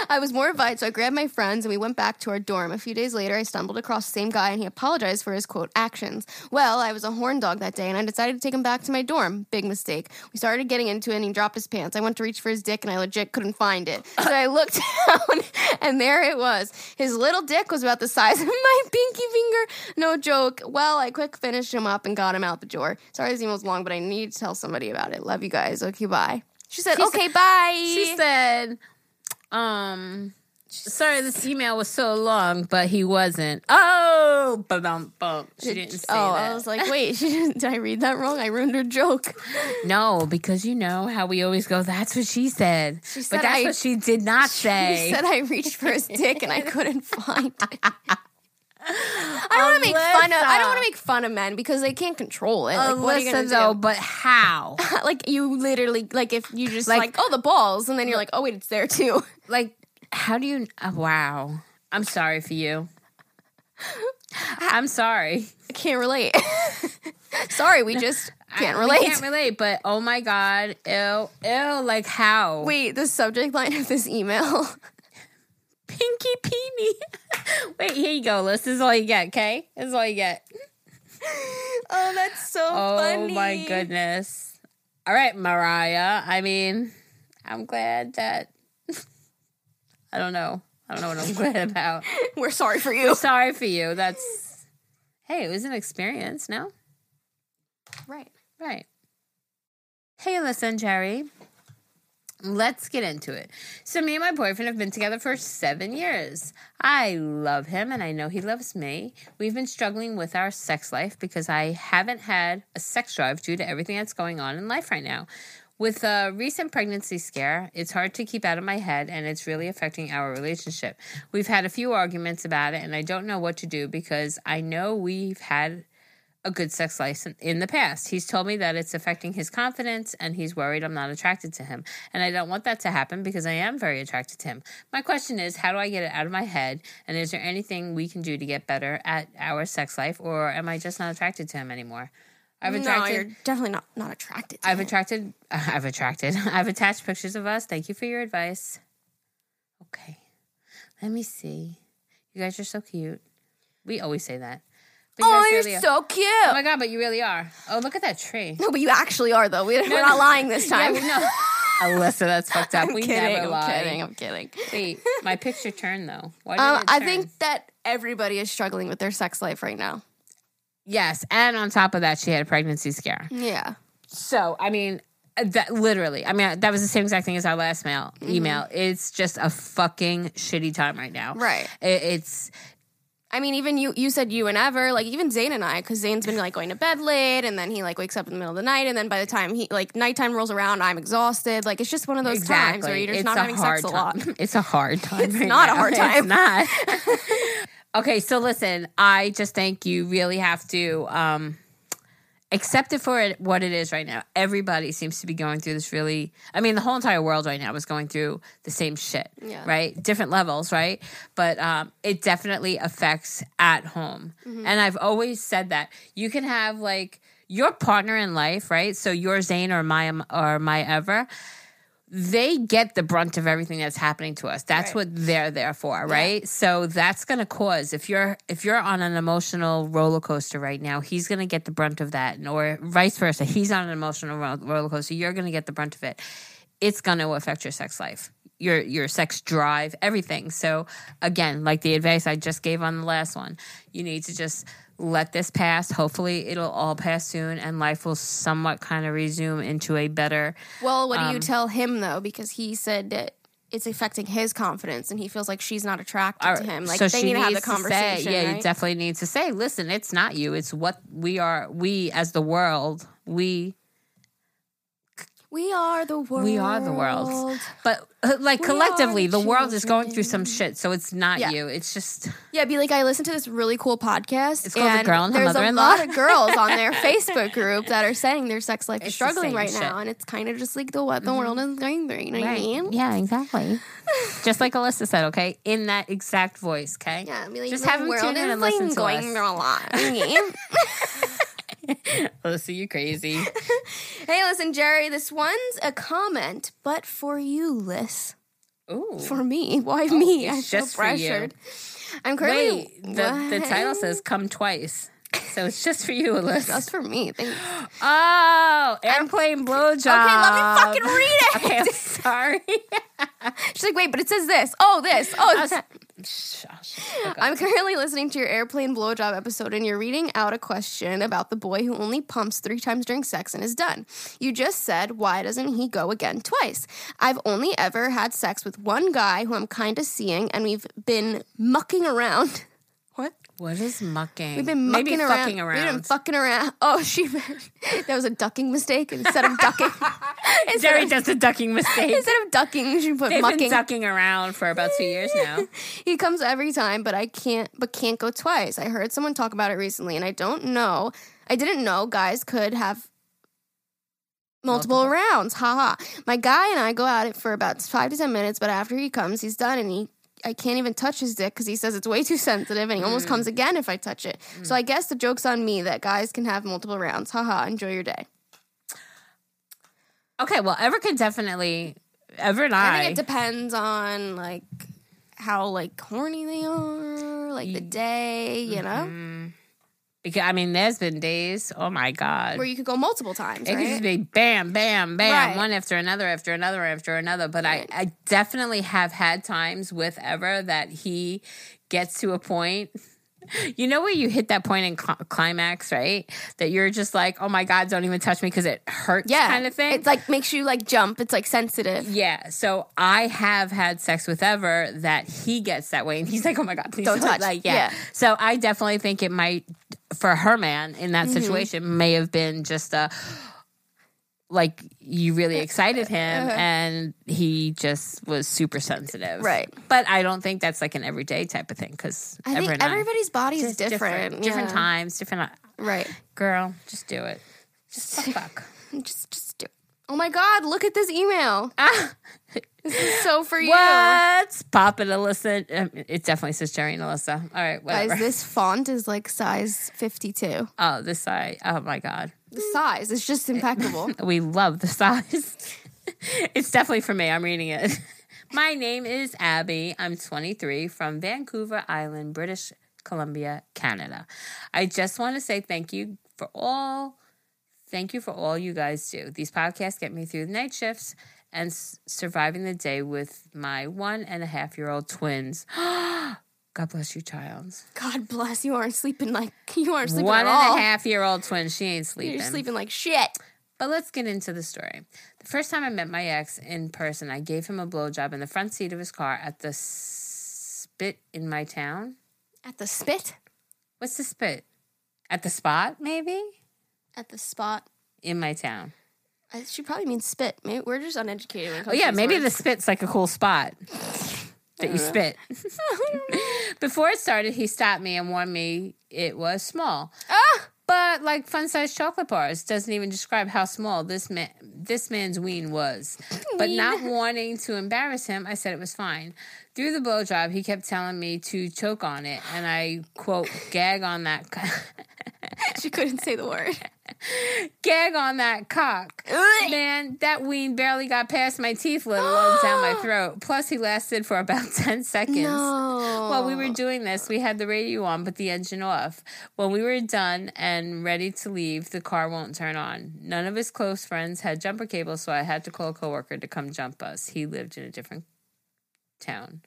S1: I was mortified, so I grabbed my friends and we went back to our dorm. A few days later, I stumbled across the same guy and he apologized for his quote actions. Well, I was a horn dog that day and I decided to take him back to my dorm. Big mistake. We started getting into it and he dropped his pants. I went to reach for his dick and I legit couldn't find it. So I looked down and there it was. His little dick was about the size of my pinky finger. No joke. Well, I quick finished him up and got him out the door. Sorry this email was long, but I need to tell somebody about it. Love you guys. Okay, bye. She said,
S2: She said-
S1: okay, bye.
S2: She said, um, sorry, this email was so long, but he wasn't. Oh, Oh, bum bum. She didn't say
S1: oh,
S2: that.
S1: I was like, wait, she didn't, did I read that wrong? I ruined her joke.
S2: no, because you know how we always go. That's what she said.
S1: said
S2: but that's
S1: I-
S2: what she did not say.
S1: She said I reached for his dick and I couldn't find it. I don't want to make fun of. I don't want to make fun of men because they can't control it. Like, what are you
S2: Alyssa,
S1: gonna
S2: though,
S1: do?
S2: but how?
S1: Like you literally, like if you just
S2: Like-
S1: like, oh the balls, and then you're like, oh wait, it's there too.
S2: like how do you uh, wow i'm sorry for you i'm sorry
S1: I can't relate. Sorry, we just can't
S2: I, we
S1: relate.
S2: can't relate but oh my god ew ew like how
S1: Wait, the subject line of this email.
S2: pinky peenie wait here you go list this is all you get okay this is all you get
S1: Oh, that's so
S2: oh my goodness all right mariah i mean i'm glad that i don't know i don't know what i'm glad about
S1: We're sorry for you.
S2: sorry for you that's hey it was an experience no
S1: Right.
S2: Right. Hey, Alyssa and Jerry. Let's get into it. So, me and my boyfriend have been together for seven years. I love him and I know he loves me. We've been struggling with our sex life because I haven't had a sex drive due to everything that's going on in life right now. With a recent pregnancy scare, it's hard to keep out of my head and it's really affecting our relationship. We've had a few arguments about it and I don't know what to do because I know we've had a good sex life in- in the past. He's told me that it's affecting his confidence and he's worried I'm not attracted to him. And I don't want that to happen because I am very attracted to him. My question is, how do I get it out of my head? And is there anything we can do to get better at our sex life or am I just not attracted to him anymore? I've
S1: No, you're definitely not not attracted. To
S2: I've
S1: him.
S2: attracted. I've attracted. I've attached pictures of us. Thank you for your advice. Okay, let me see. You guys are so cute. We always say that. But you
S1: Oh,
S2: guys
S1: you're
S2: really are-
S1: so cute.
S2: Oh my god! But you really are. Oh, look at that tree.
S1: no, but you actually are though. We, we're not lying this
S2: Yeah,
S1: time.
S2: we know. Alyssa, that's fucked up.
S1: I'm
S2: we
S1: kidding.
S2: never
S1: I'm
S2: lie.
S1: kidding. I'm kidding.
S2: Wait, my picture turned though. Why did
S1: Um,
S2: it
S1: I
S2: turn?
S1: think that everybody is struggling with their sex life right now.
S2: yes. And on top of that, she had a pregnancy scare.
S1: Yeah.
S2: So I mean, uh, that literally. I mean, that was the same exact thing as our last mail email. It's just a fucking shitty time right now.
S1: Right.
S2: It, it's
S1: I mean, even you you said you and ever, like even Zayn and I, because Zayn's been like going to bed late and then he like wakes up in the middle of the night and then by the time he like nighttime rolls around, I'm exhausted. Like it's just one of those times where you're just
S2: It's
S1: not
S2: a
S1: having
S2: hard
S1: sex a lot.
S2: time. It's a hard time. It's
S1: not a hard
S2: It's
S1: time.
S2: not. okay, so listen, I just think you really have to um, accept it for it, what it is right now. Everybody seems to be going through this really. I mean, the whole entire world right now is going through the same shit.
S1: Yeah.
S2: Right. Different levels. Right. But um, it definitely affects at home,
S1: Mm-hmm.
S2: and I've always said that you can have like. Your partner in life, right? So your Zane or my or my ever, they get the brunt of everything that's happening to us. That's
S1: Right.
S2: what they're there for, right? So that's going to cause if you're if you're on an emotional roller coaster right now, he's going to get the brunt of that, and or vice versa. He's on an emotional ro- roller coaster, you're going to get the brunt of it. It's going to affect your sex life, your your sex drive, everything. So again, like the advice I just gave on the last one, you need to just let this pass. Hopefully, it'll all pass soon, and life will somewhat kind of resume into a better.
S1: Well, what
S2: Um,
S1: do you tell him though? Because he said that it's affecting his confidence and he feels like she's not attracted to him. Like they
S2: she
S1: need to have the
S2: needs say-
S1: conversation.
S2: yeah,
S1: right?
S2: you definitely need to say, listen, it's not you. It's what we are. We as the world. We
S1: we are the world.
S2: we are the world. But uh, like
S1: We
S2: collectively,
S1: are
S2: the world is going through some shit. So it's not
S1: Yeah.
S2: you. It's just
S1: Yeah, be like, I listened to this really cool podcast.
S2: It's called The
S1: and
S2: Girl and Her
S1: There's a
S2: Mother-in-Law.
S1: lot of girls on their Facebook group that are saying their sex life
S2: It's
S1: is
S2: the same
S1: struggling right
S2: shit. Mm-hmm.
S1: now, and it's kind of just like the what the world is going through. You know what I mean?
S2: yeah, exactly. just like Alyssa said, okay, in that exact voice, okay.
S1: Yeah, be like,
S2: just
S1: the
S2: have them
S1: world
S2: tune in
S1: is
S2: and listen
S1: like
S2: to
S1: going
S2: us.
S1: through a lot. hey,
S2: Alyssa, you crazy.
S1: listen, Jerry, this one's a comment, but for you, Liz.
S2: Ooh.
S1: For me. Why me?
S2: Oh, it's
S1: I feel
S2: just for you.
S1: pressured. I'm currently
S2: Wait, the, the
S1: What?
S2: title says "Come Twice," so it's just for you, Alyssa.
S1: That's for me. Thanks.
S2: Oh, airplane blowjob.
S1: Okay, let me fucking read it.
S2: Okay, I'm sorry.
S1: She's like, wait, but it says this. Oh, this. Oh, this.
S2: Shh, oh, shit. Okay.
S1: I'm currently listening to your airplane blowjob episode, and you're reading out a question about the boy who only pumps three times during sex and is done. You just said, why doesn't he go again twice? I've only ever had sex with one guy who I'm kind of seeing, and we've been mucking around. What?
S2: What is mucking?
S1: We've been mucking
S2: Maybe
S1: around.
S2: fucking around.
S1: We've been fucking around. Oh, she meant that was a ducking mistake instead of ducking. instead,
S2: Jerry
S1: of,
S2: does the ducking mistake.
S1: instead of ducking, she put
S2: They've been
S1: mucking.
S2: ducking around for about two years now.
S1: he comes every time, but I can't but can't go twice. I heard someone talk about it recently and I don't know. I didn't know guys could have multiple, rounds. Haha. My guy and I go at it for about 5 to 10 minutes, but after he comes, he's done and he I can't even touch his dick cuz he says it's way too sensitive and he almost comes again if I touch it. So I guess the joke's on me that guys can have multiple rounds. Haha. Enjoy your day.
S2: Okay, well, Ever can definitely. Ever and
S1: I
S2: I.
S1: think it depends on like how like horny they are, like the day, you know?
S2: because, I mean, there's been days. Oh my god.
S1: where you could go multiple times,
S2: It
S1: right?
S2: could just be bam, bam, bam,
S1: Right.
S2: one after another, after another, after another. But
S1: Right.
S2: I, I definitely have had times with Ever that he gets to a point. You know where you hit that point in cl- climax, right? That you're just like, oh my god, don't even touch me because it hurts,
S1: yeah,
S2: kind of thing.
S1: It's like makes you like jump. It's like sensitive.
S2: yeah. So I have had sex with Ever that he gets that way, and he's like, oh my god, please
S1: Don't touch.
S2: Like, yeah.
S1: Yeah.
S2: So I definitely think it might, for her man
S1: Mm-hmm.
S2: in that situation, may have been just a like you really
S1: Eh,
S2: excited him
S1: uh-huh.
S2: and he just was super sensitive.
S1: Right.
S2: But I don't think that's like an everyday type of thing because
S1: I think everybody's body is different.
S2: Different, different
S1: yeah.
S2: times, different. uh,
S1: Right.
S2: Girl, just do it. Just fuck. fuck.
S1: Just just do it. Oh my god, look at this email.
S2: Ah,
S1: This is so for you.
S2: what's popping, Alyssa? Um, It definitely says Jerry and Alyssa. All right, whatever.
S1: Guys, this font is like size 52.
S2: oh, this side. Oh my god.
S1: The size is just
S2: Eh.
S1: impeccable.
S2: We love the size. it's definitely for me. I'm reading it. My name is Abby. I'm 23 from Vancouver Island, British Columbia, Canada. I just want to say thank you for all. Thank you for all you guys do. These podcasts get me through the night shifts and s- surviving the day with my one and a half year old twins. God bless you, child.
S1: God bless you aren't sleeping like you aren't sleeping
S2: One and
S1: at all.
S2: a half year old twins. She ain't sleeping.
S1: You're sleeping like shit.
S2: But let's get into the story. The first time I met my ex in person, I gave him a blowjob in the front seat of his car at the spit in my town.
S1: At the spit?
S2: What's the spit? At the spot, maybe?
S1: At the spot.
S2: In my town.
S1: I, she probably means spit. Maybe we're just uneducated when it
S2: Oh,
S1: comes
S2: yeah,
S1: to these
S2: maybe
S1: words.
S2: the spit's like a cool spot that you spit. Before it started, he stopped me and warned me it was small.
S1: Ah!
S2: But like fun sized chocolate bars doesn't even describe how small this man this man's ween was. But not wanting to embarrass him, I said it was fine. Through the blowjob, he kept telling me to choke on it, and I quote gag on that
S1: She couldn't say the word.
S2: gag on that cock. Man, that ween barely got past my teeth, let alone down my throat. Plus, he lasted for about ten seconds.
S1: No.
S2: While we were doing this, we had the radio on but the engine off. When we were done and ready to leave, the car won't turn on. None of his close friends had jumper cables, so I had to call a coworker to come jump us. He lived in a different town.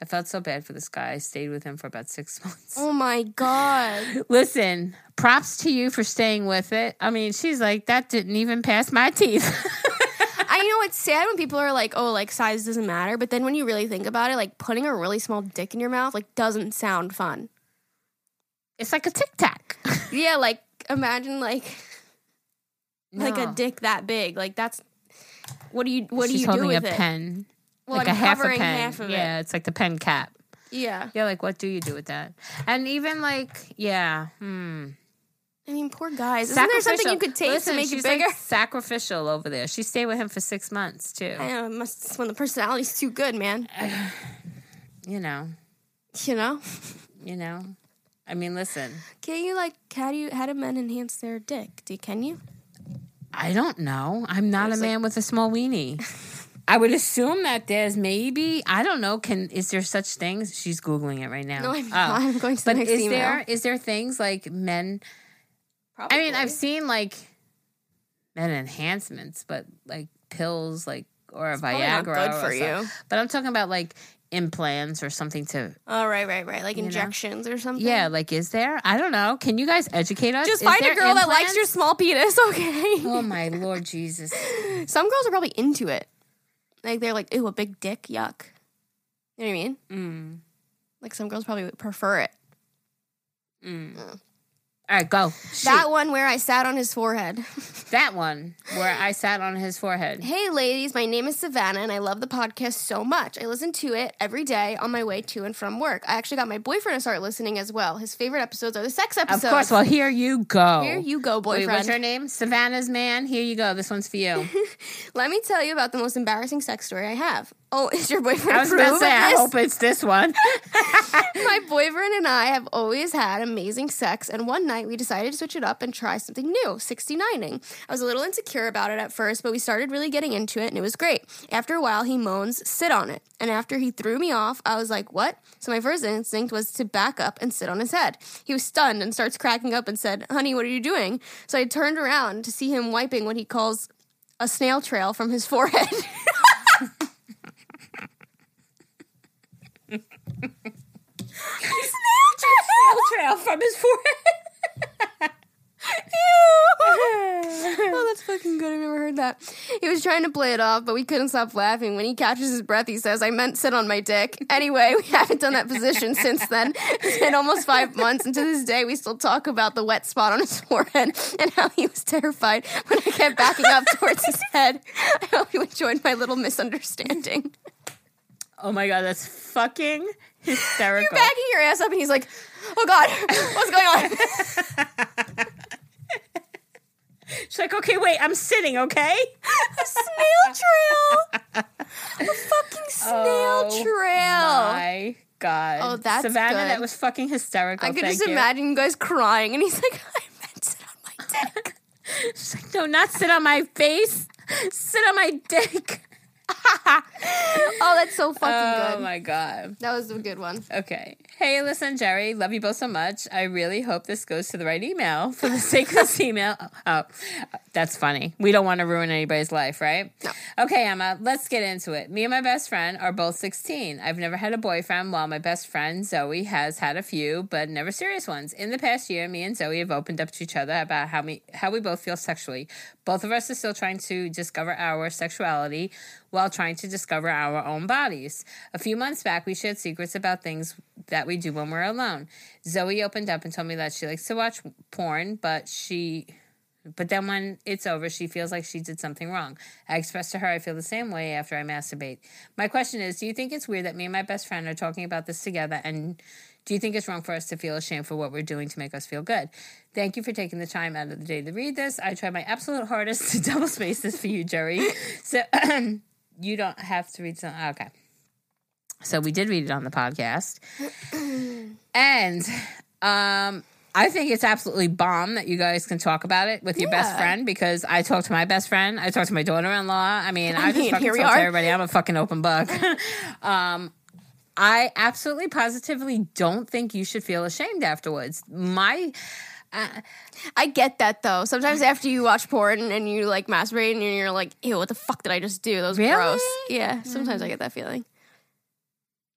S2: I felt so bad for this guy. I stayed with him for about six months.
S1: Oh my god.
S2: Listen, props to you for staying with it. I mean, she's like, that didn't even pass my teeth.
S1: I know it's sad when people are like, "Oh, like size doesn't matter," but then when you really think about it, like putting a really small dick in your mouth like doesn't sound fun.
S2: it's like a tic tac.
S1: Yeah, like imagine like like a
S2: No.
S1: dick that big. Like that's what do you what do
S2: she's
S1: you do
S2: holding
S1: with
S2: a
S1: it?
S2: pen.
S1: Well,
S2: like
S1: I'm
S2: a half a
S1: covering
S2: pen.
S1: half of it.
S2: yeah, it's like the pen cap.
S1: Yeah.
S2: Yeah, like what do you do with that? And even like, yeah, hmm.
S1: I mean, poor guys. Isn't there something
S2: Sacrificial.
S1: you could take
S2: Listen,
S1: to make it
S2: she's,
S1: bigger?
S2: Like sacrificial over there. She stayed with him for six months too.
S1: I know. It must when the personality's too good, man.
S2: You know,
S1: You know.
S2: you know. I mean, listen.
S1: Can you like how do you how do men enhance their dick? Do can you?
S2: I don't know. I'm not a man with a small weenie. I would assume that there's maybe I don't know. Can is there such things? She's googling it right now.
S1: No, I'm
S2: Oh.
S1: not. I'm going to the
S2: But
S1: next
S2: is
S1: email.
S2: there is there things like men?
S1: Probably.
S2: I mean, I've seen like men enhancements, but like pills, like or a
S1: probably not
S2: Viagra,
S1: good
S2: or
S1: for
S2: some-
S1: you.
S2: But I'm talking about like implants or something to.
S1: Oh, right, right, right. Like injections or something.
S2: Yeah, like is there? I don't know. Can you guys educate us?
S1: Just
S2: Is
S1: find a
S2: there
S1: girl that likes
S2: implants?
S1: your small penis, okay?
S2: Oh my lord Jesus!
S1: Some girls are probably into it. Like they're like, ooh, a big dick, yuck. You know what I mean?
S2: Mm.
S1: Like some girls probably would prefer it.
S2: All right, go. Shoot.
S1: That one where I sat on his forehead.
S2: that one where I sat on his forehead.
S1: Hey, ladies, my name is Savannah, and I love the podcast so much. I listen to it every day on my way to and from work. I actually got my boyfriend to start listening as well. His favorite episodes are the sex
S2: Of
S1: episodes.
S2: course. Well, here you go.
S1: Here you go,
S2: Wait,
S1: boyfriend.
S2: what's her name? Savannah's man. Here you go. This one's for you.
S1: Let me tell you about the most embarrassing sex story I have. Oh, is your boyfriend
S2: I was about
S1: approve
S2: to
S1: of
S2: say. I
S1: this?
S2: hope it's this one.
S1: My boyfriend and I have always had amazing sex, and one night we decided to switch it up and try something new 69ing. I was a little insecure about it at first, but we started really getting into it, and it was great. After a while, he moans, sit on it. And after he threw me off, I was like, what? So my first instinct was to back up and sit on his head. He was stunned and starts cracking up and said, honey, what are you doing? So I turned around to see him wiping what he calls a snail trail from his forehead.
S2: trail from his forehead.
S1: Oh, that's fucking good. I've never heard that. He was trying to play it off, but we couldn't stop laughing. When he catches his breath, he says, I meant sit on my dick. Anyway, we haven't done that position since then. It's been almost five months, and to this day, we still talk about the wet spot on his forehead and how he was terrified when I kept backing up towards his head. I hope you enjoyed my little misunderstanding.
S2: Oh my god, that's fucking hysterical.
S1: You're backing your ass up, and he's like, Oh God, what's going on?
S2: She's like, okay, wait, I'm sitting, okay?
S1: A snail trail! A fucking snail
S2: Oh,
S1: trail!
S2: My God.
S1: Oh, that's
S2: Savannah,
S1: good.
S2: that was fucking hysterical.
S1: I could
S2: Thank
S1: just
S2: you.
S1: imagine you guys crying, and he's like, "I meant it on my dick."
S2: She's like, no, not sit on my face. Sit on my dick.
S1: oh, that's so fucking
S2: Oh
S1: good.
S2: my God.
S1: That was a good one.
S2: Okay. Hey, listen, Jerry. Love you both so much. I really hope this goes to the right email for the sake of this email. Oh, oh, that's funny. We don't want to ruin anybody's life, right? No. Okay, Emma, let's get into it. Me and my best friend are both 16. I've never had a boyfriend, while my best friend Zoe has had a few, but never serious ones. In the past year, me and Zoe have opened up to each other about how we how we both feel sexually. Both of us are still trying to discover our sexuality while trying to discover our own bodies. A few months back, we shared secrets about things that we do when we're alone. Zoe opened up and told me that she likes to watch porn, but she but then when it's over, she feels like she did something wrong. I expressed to her I feel the same way after I masturbate. My question is Do you think it's weird that me and my best friend are talking about this together? And do you think it's wrong for us to feel ashamed for what we're doing to make us feel good? Thank you for taking the time out of the day to read this. I tried my absolute hardest to double space this for you, Jerry. So you don't have to read some. Okay. So we did read it on the podcast. and um I think it's absolutely bomb that you guys can talk about it with your best
S1: Yeah.
S2: friend because I talk to my best friend, I talk to my daughter-in-law. I mean, I, just
S1: mean,
S2: fucking
S1: here we
S2: talk to
S1: are.
S2: everybody. I'm a fucking open book. um I absolutely positively don't think you should feel ashamed afterwards. My
S1: I get that though. Sometimes after you watch porn and you like masturbate, and you're like, "Ew, what the fuck did I just do? That was
S2: Really?
S1: gross." Yeah, sometimes I get that feeling.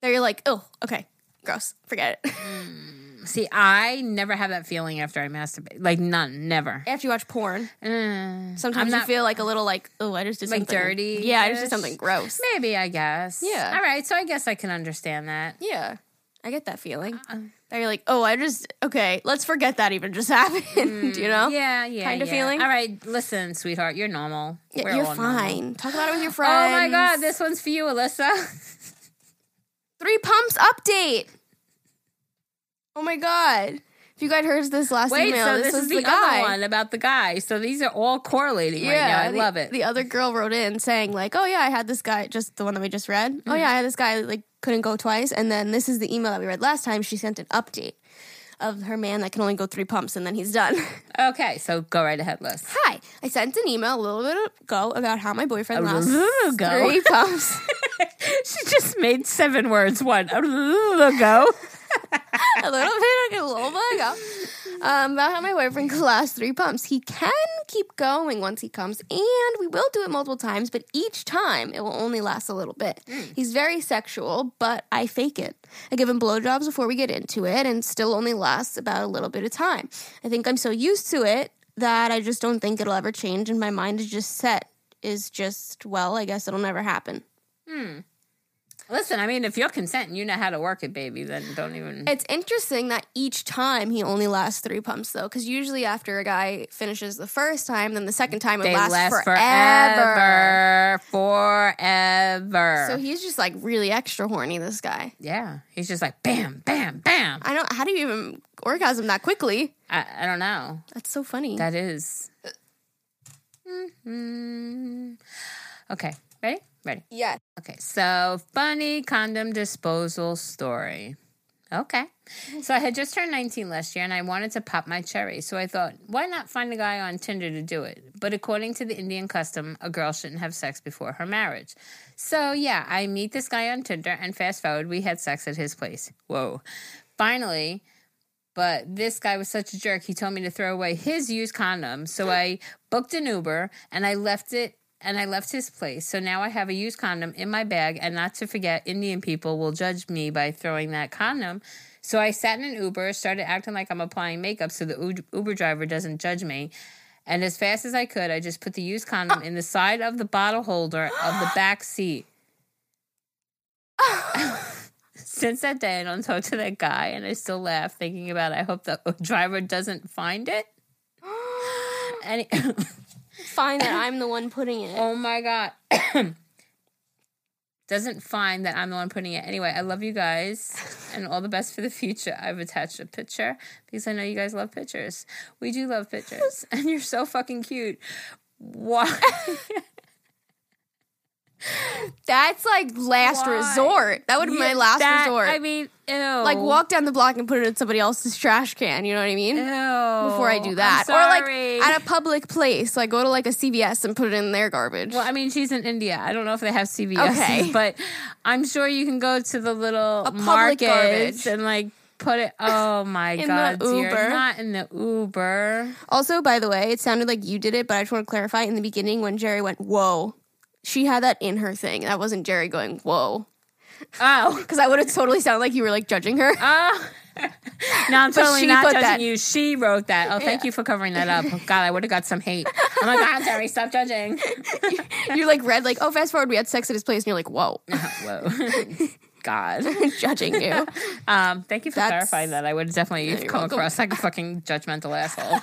S1: There, you're like, "Oh, okay, gross. Forget it."
S2: see, I never have that feeling after I masturbate. Like none, never.
S1: after you watch porn,
S2: Mm.
S1: sometimes
S2: I'm
S1: you
S2: not-
S1: feel like a little like, "Oh, I just did
S2: Like
S1: something
S2: dirty
S1: Yeah, I just did
S2: ish?
S1: something gross.
S2: Maybe I guess.
S1: Yeah.
S2: All right. So I guess I can understand that.
S1: Yeah, I get that feeling.
S2: Uh-huh.
S1: That you're like, "Oh, I just okay. Let's forget that even just happened." you know?
S2: Mm, Yeah. Yeah.
S1: Kinda
S2: yeah.
S1: feeling?
S2: All right. Listen, sweetheart, you're normal.
S1: Yeah,
S2: We're
S1: you're
S2: all normal.
S1: fine. Talk about it with your
S2: Oh
S1: friends.
S2: my God, this one's for you, Alyssa.
S1: Three pumps update. Oh my god. If you guys heard this last
S2: Wait,
S1: email,
S2: so
S1: this,
S2: this,
S1: was
S2: is
S1: the,
S2: the,
S1: guy.
S2: other one about the guy. So these are all correlating
S1: Yeah,
S2: right now. I
S1: the-
S2: love it.
S1: The other girl wrote in saying like, "Oh yeah, I had this guy. Just the one that we just read.
S2: Mm-hmm.
S1: Oh yeah, I had this guy like couldn't go twice." And then this is the email that we read last time. She sent an update of her man that can only go three pumps and then he's done.
S2: okay, so go right ahead, Liz.
S1: Hi, I sent an email a little bit ago about how my boyfriend lost
S2: Ago.
S1: three pumps.
S2: she just made seven words one. Ago.
S1: a little bit, a little bit ago, um, about how my boyfriend can last three pumps. He can keep going once he comes, and we will do it multiple times, but each time it will only last a little bit. He's very sexual, but I fake it. I give him blowjobs before we get into it, and still only lasts about a little bit of time. I think I'm so used to it that I just don't think it'll ever change, and my mind is just set. Is just, well, I guess it'll never happen.
S2: Listen, I mean, if you're consenting, you know how to work it, baby. Then don't even.
S1: It's interesting that each time he only lasts three pumps though, because usually after a guy finishes the first time, then the second time it
S2: they
S1: lasts
S2: last
S1: forever.
S2: forever, forever.
S1: So he's just like really extra horny. This guy.
S2: yeah, he's just like bam, bam, bam.
S1: I don't. How do you even orgasm that quickly?
S2: I, I don't know.
S1: That's so funny.
S2: That is. Mhm. Okay, ready? Ready.
S1: yeah.
S2: Okay, so funny condom disposal story. Okay. So I had just turned 19 last year and I wanted to pop my cherry. So I thought, why not find a guy on Tinder to do it? But according to the Indian custom, a girl shouldn't have sex before her marriage. So yeah, I meet this guy on Tinder and fast forward, we had sex at his place. Whoa. Finally, but this guy was such a jerk. He told me to throw away his used condom. So I booked an Uber and I left it and I left his place. So now I have a used condom in my bag. And not to forget, Indian people will judge me by throwing that condom. So I sat in an Uber, started acting like I'm applying makeup so the Ud- Uber driver doesn't judge me. And as fast as I could, I just put the used condom in the side of the bottle holder of the back seat. Since that day, I don't talk to that guy, and I still laugh thinking about. It. I hope the driver doesn't find it. And
S1: Find that I'm the one putting it.
S2: oh my god, doesn't find that I'm the one putting it. Anyway, I love you guys, and all the best for the future. I've attached a picture because I know you guys love pictures. We do love pictures, and you're so fucking cute. Why?
S1: That's like last
S2: Why?
S1: resort. That would be my
S2: Yeah,
S1: last
S2: that-
S1: resort.
S2: I mean, ew.
S1: like walk down the block and put it in somebody else's trash can. You know what I mean?
S2: Ew.
S1: Before I do that,
S2: I'm
S1: or
S2: sorry.
S1: like at a public place, like go to like a CVS and put it in their garbage.
S2: Well, I mean, she's in India. I don't know if they have CVS,
S1: Okay.
S2: but I'm sure you can go to the little
S1: public
S2: markets
S1: garbage.
S2: and like put it. Oh my
S1: the
S2: god, dear,
S1: Uber.
S2: not in the Uber.
S1: also, by the way, it sounded like you did it, but I just want to clarify. In the beginning, when Jerry went, "Whoa," she had that in her thing. That wasn't Jerry going, "Whoa,"
S2: Oh,
S1: because that would have totally sounded like you were like judging her.
S2: oh. no, I'm totally
S1: she
S2: not
S1: put
S2: judging
S1: that-
S2: you. She wrote that. Oh, thank you for covering that up. Oh, God, I would have got some hate. Oh my God, Terry, stop judging.
S1: you like read like, "Oh, fast forward, we had sex at his place," and you're like, "Whoa,"
S2: Whoa, God.
S1: judging you.
S2: Um, thank you for
S1: That's-
S2: clarifying that. I would definitely
S1: you're
S2: come
S1: welcome.
S2: across like a fucking judgmental asshole.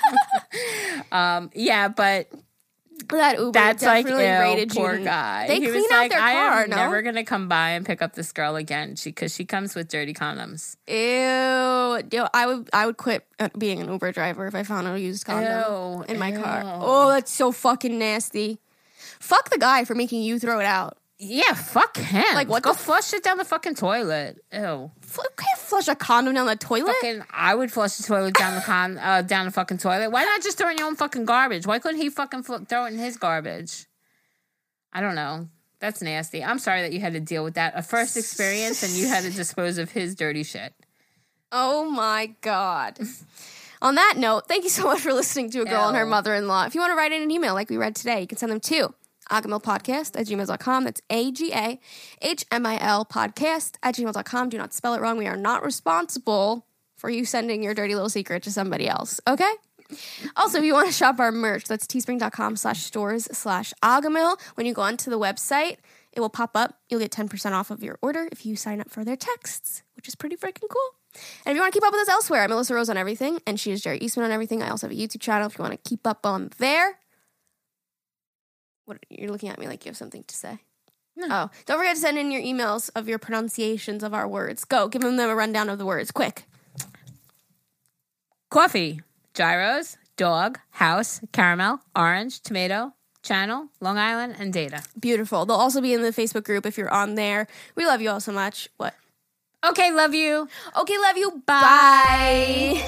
S2: um, yeah, but
S1: That Uber
S2: that's like ew,
S1: definitely rated
S2: poor
S1: you.
S2: guy.
S1: They
S2: He
S1: clean
S2: was
S1: out
S2: like,
S1: their
S2: I
S1: car,
S2: am
S1: no?
S2: never gonna come by and pick up this girl again. She because she comes with dirty condoms.
S1: Ew, Yo, I would I would quit uh, being an Uber driver if I found a used condom
S2: Ew,
S1: in my car.
S2: ew.
S1: Oh, that's so fucking nasty. Fuck the guy for making you throw it out.
S2: Yeah, fuck him.
S1: Like, what
S2: Go
S1: the f-
S2: flush it down the fucking toilet. Ew.
S1: F- can't flush a condom down the toilet.
S2: Fucking, I would flush the toilet down the con uh, down the fucking toilet. Why not just throw in your own fucking garbage? Why couldn't he fucking fl- throw it in his garbage? I don't know. That's nasty. I'm sorry that you had to deal with that. A first experience, and you had to dispose of his dirty shit.
S1: Oh my god. On that note, thank you so much for listening to A Girl and Her
S2: Ew.
S1: Mother in Law. If you want to write in an email like we read today, you can send them to agamilpodcast at gmail.com. That's A G A H M I L podcast at gmail.com. Do not spell it wrong. We are not responsible for you sending your dirty little secret to somebody else, okay? Also, if you want to shop our merch, that's teespring.com slash stores slash agamil. When you go onto the website, it will pop up. You'll get 10% off of your order if you sign up for their texts, which is pretty freaking cool. And if you want to keep up with us elsewhere, I'm Melissa Rose on everything, and she is Jerry Eastman on everything. I also have a YouTube channel if you want to keep up on there. What you're looking at me like you have something to say.
S2: No.
S1: Oh, don't forget to send in your emails of your pronunciations of our words. Go, give them a rundown of the words, quick.
S2: Coffee, gyros, dog, house, caramel, orange, tomato, channel, Long Island, and data.
S1: Beautiful. They'll also be in the Facebook group if you're on there. We love you all so much. What?
S2: Okay, love you.
S1: Okay, love you. Bye.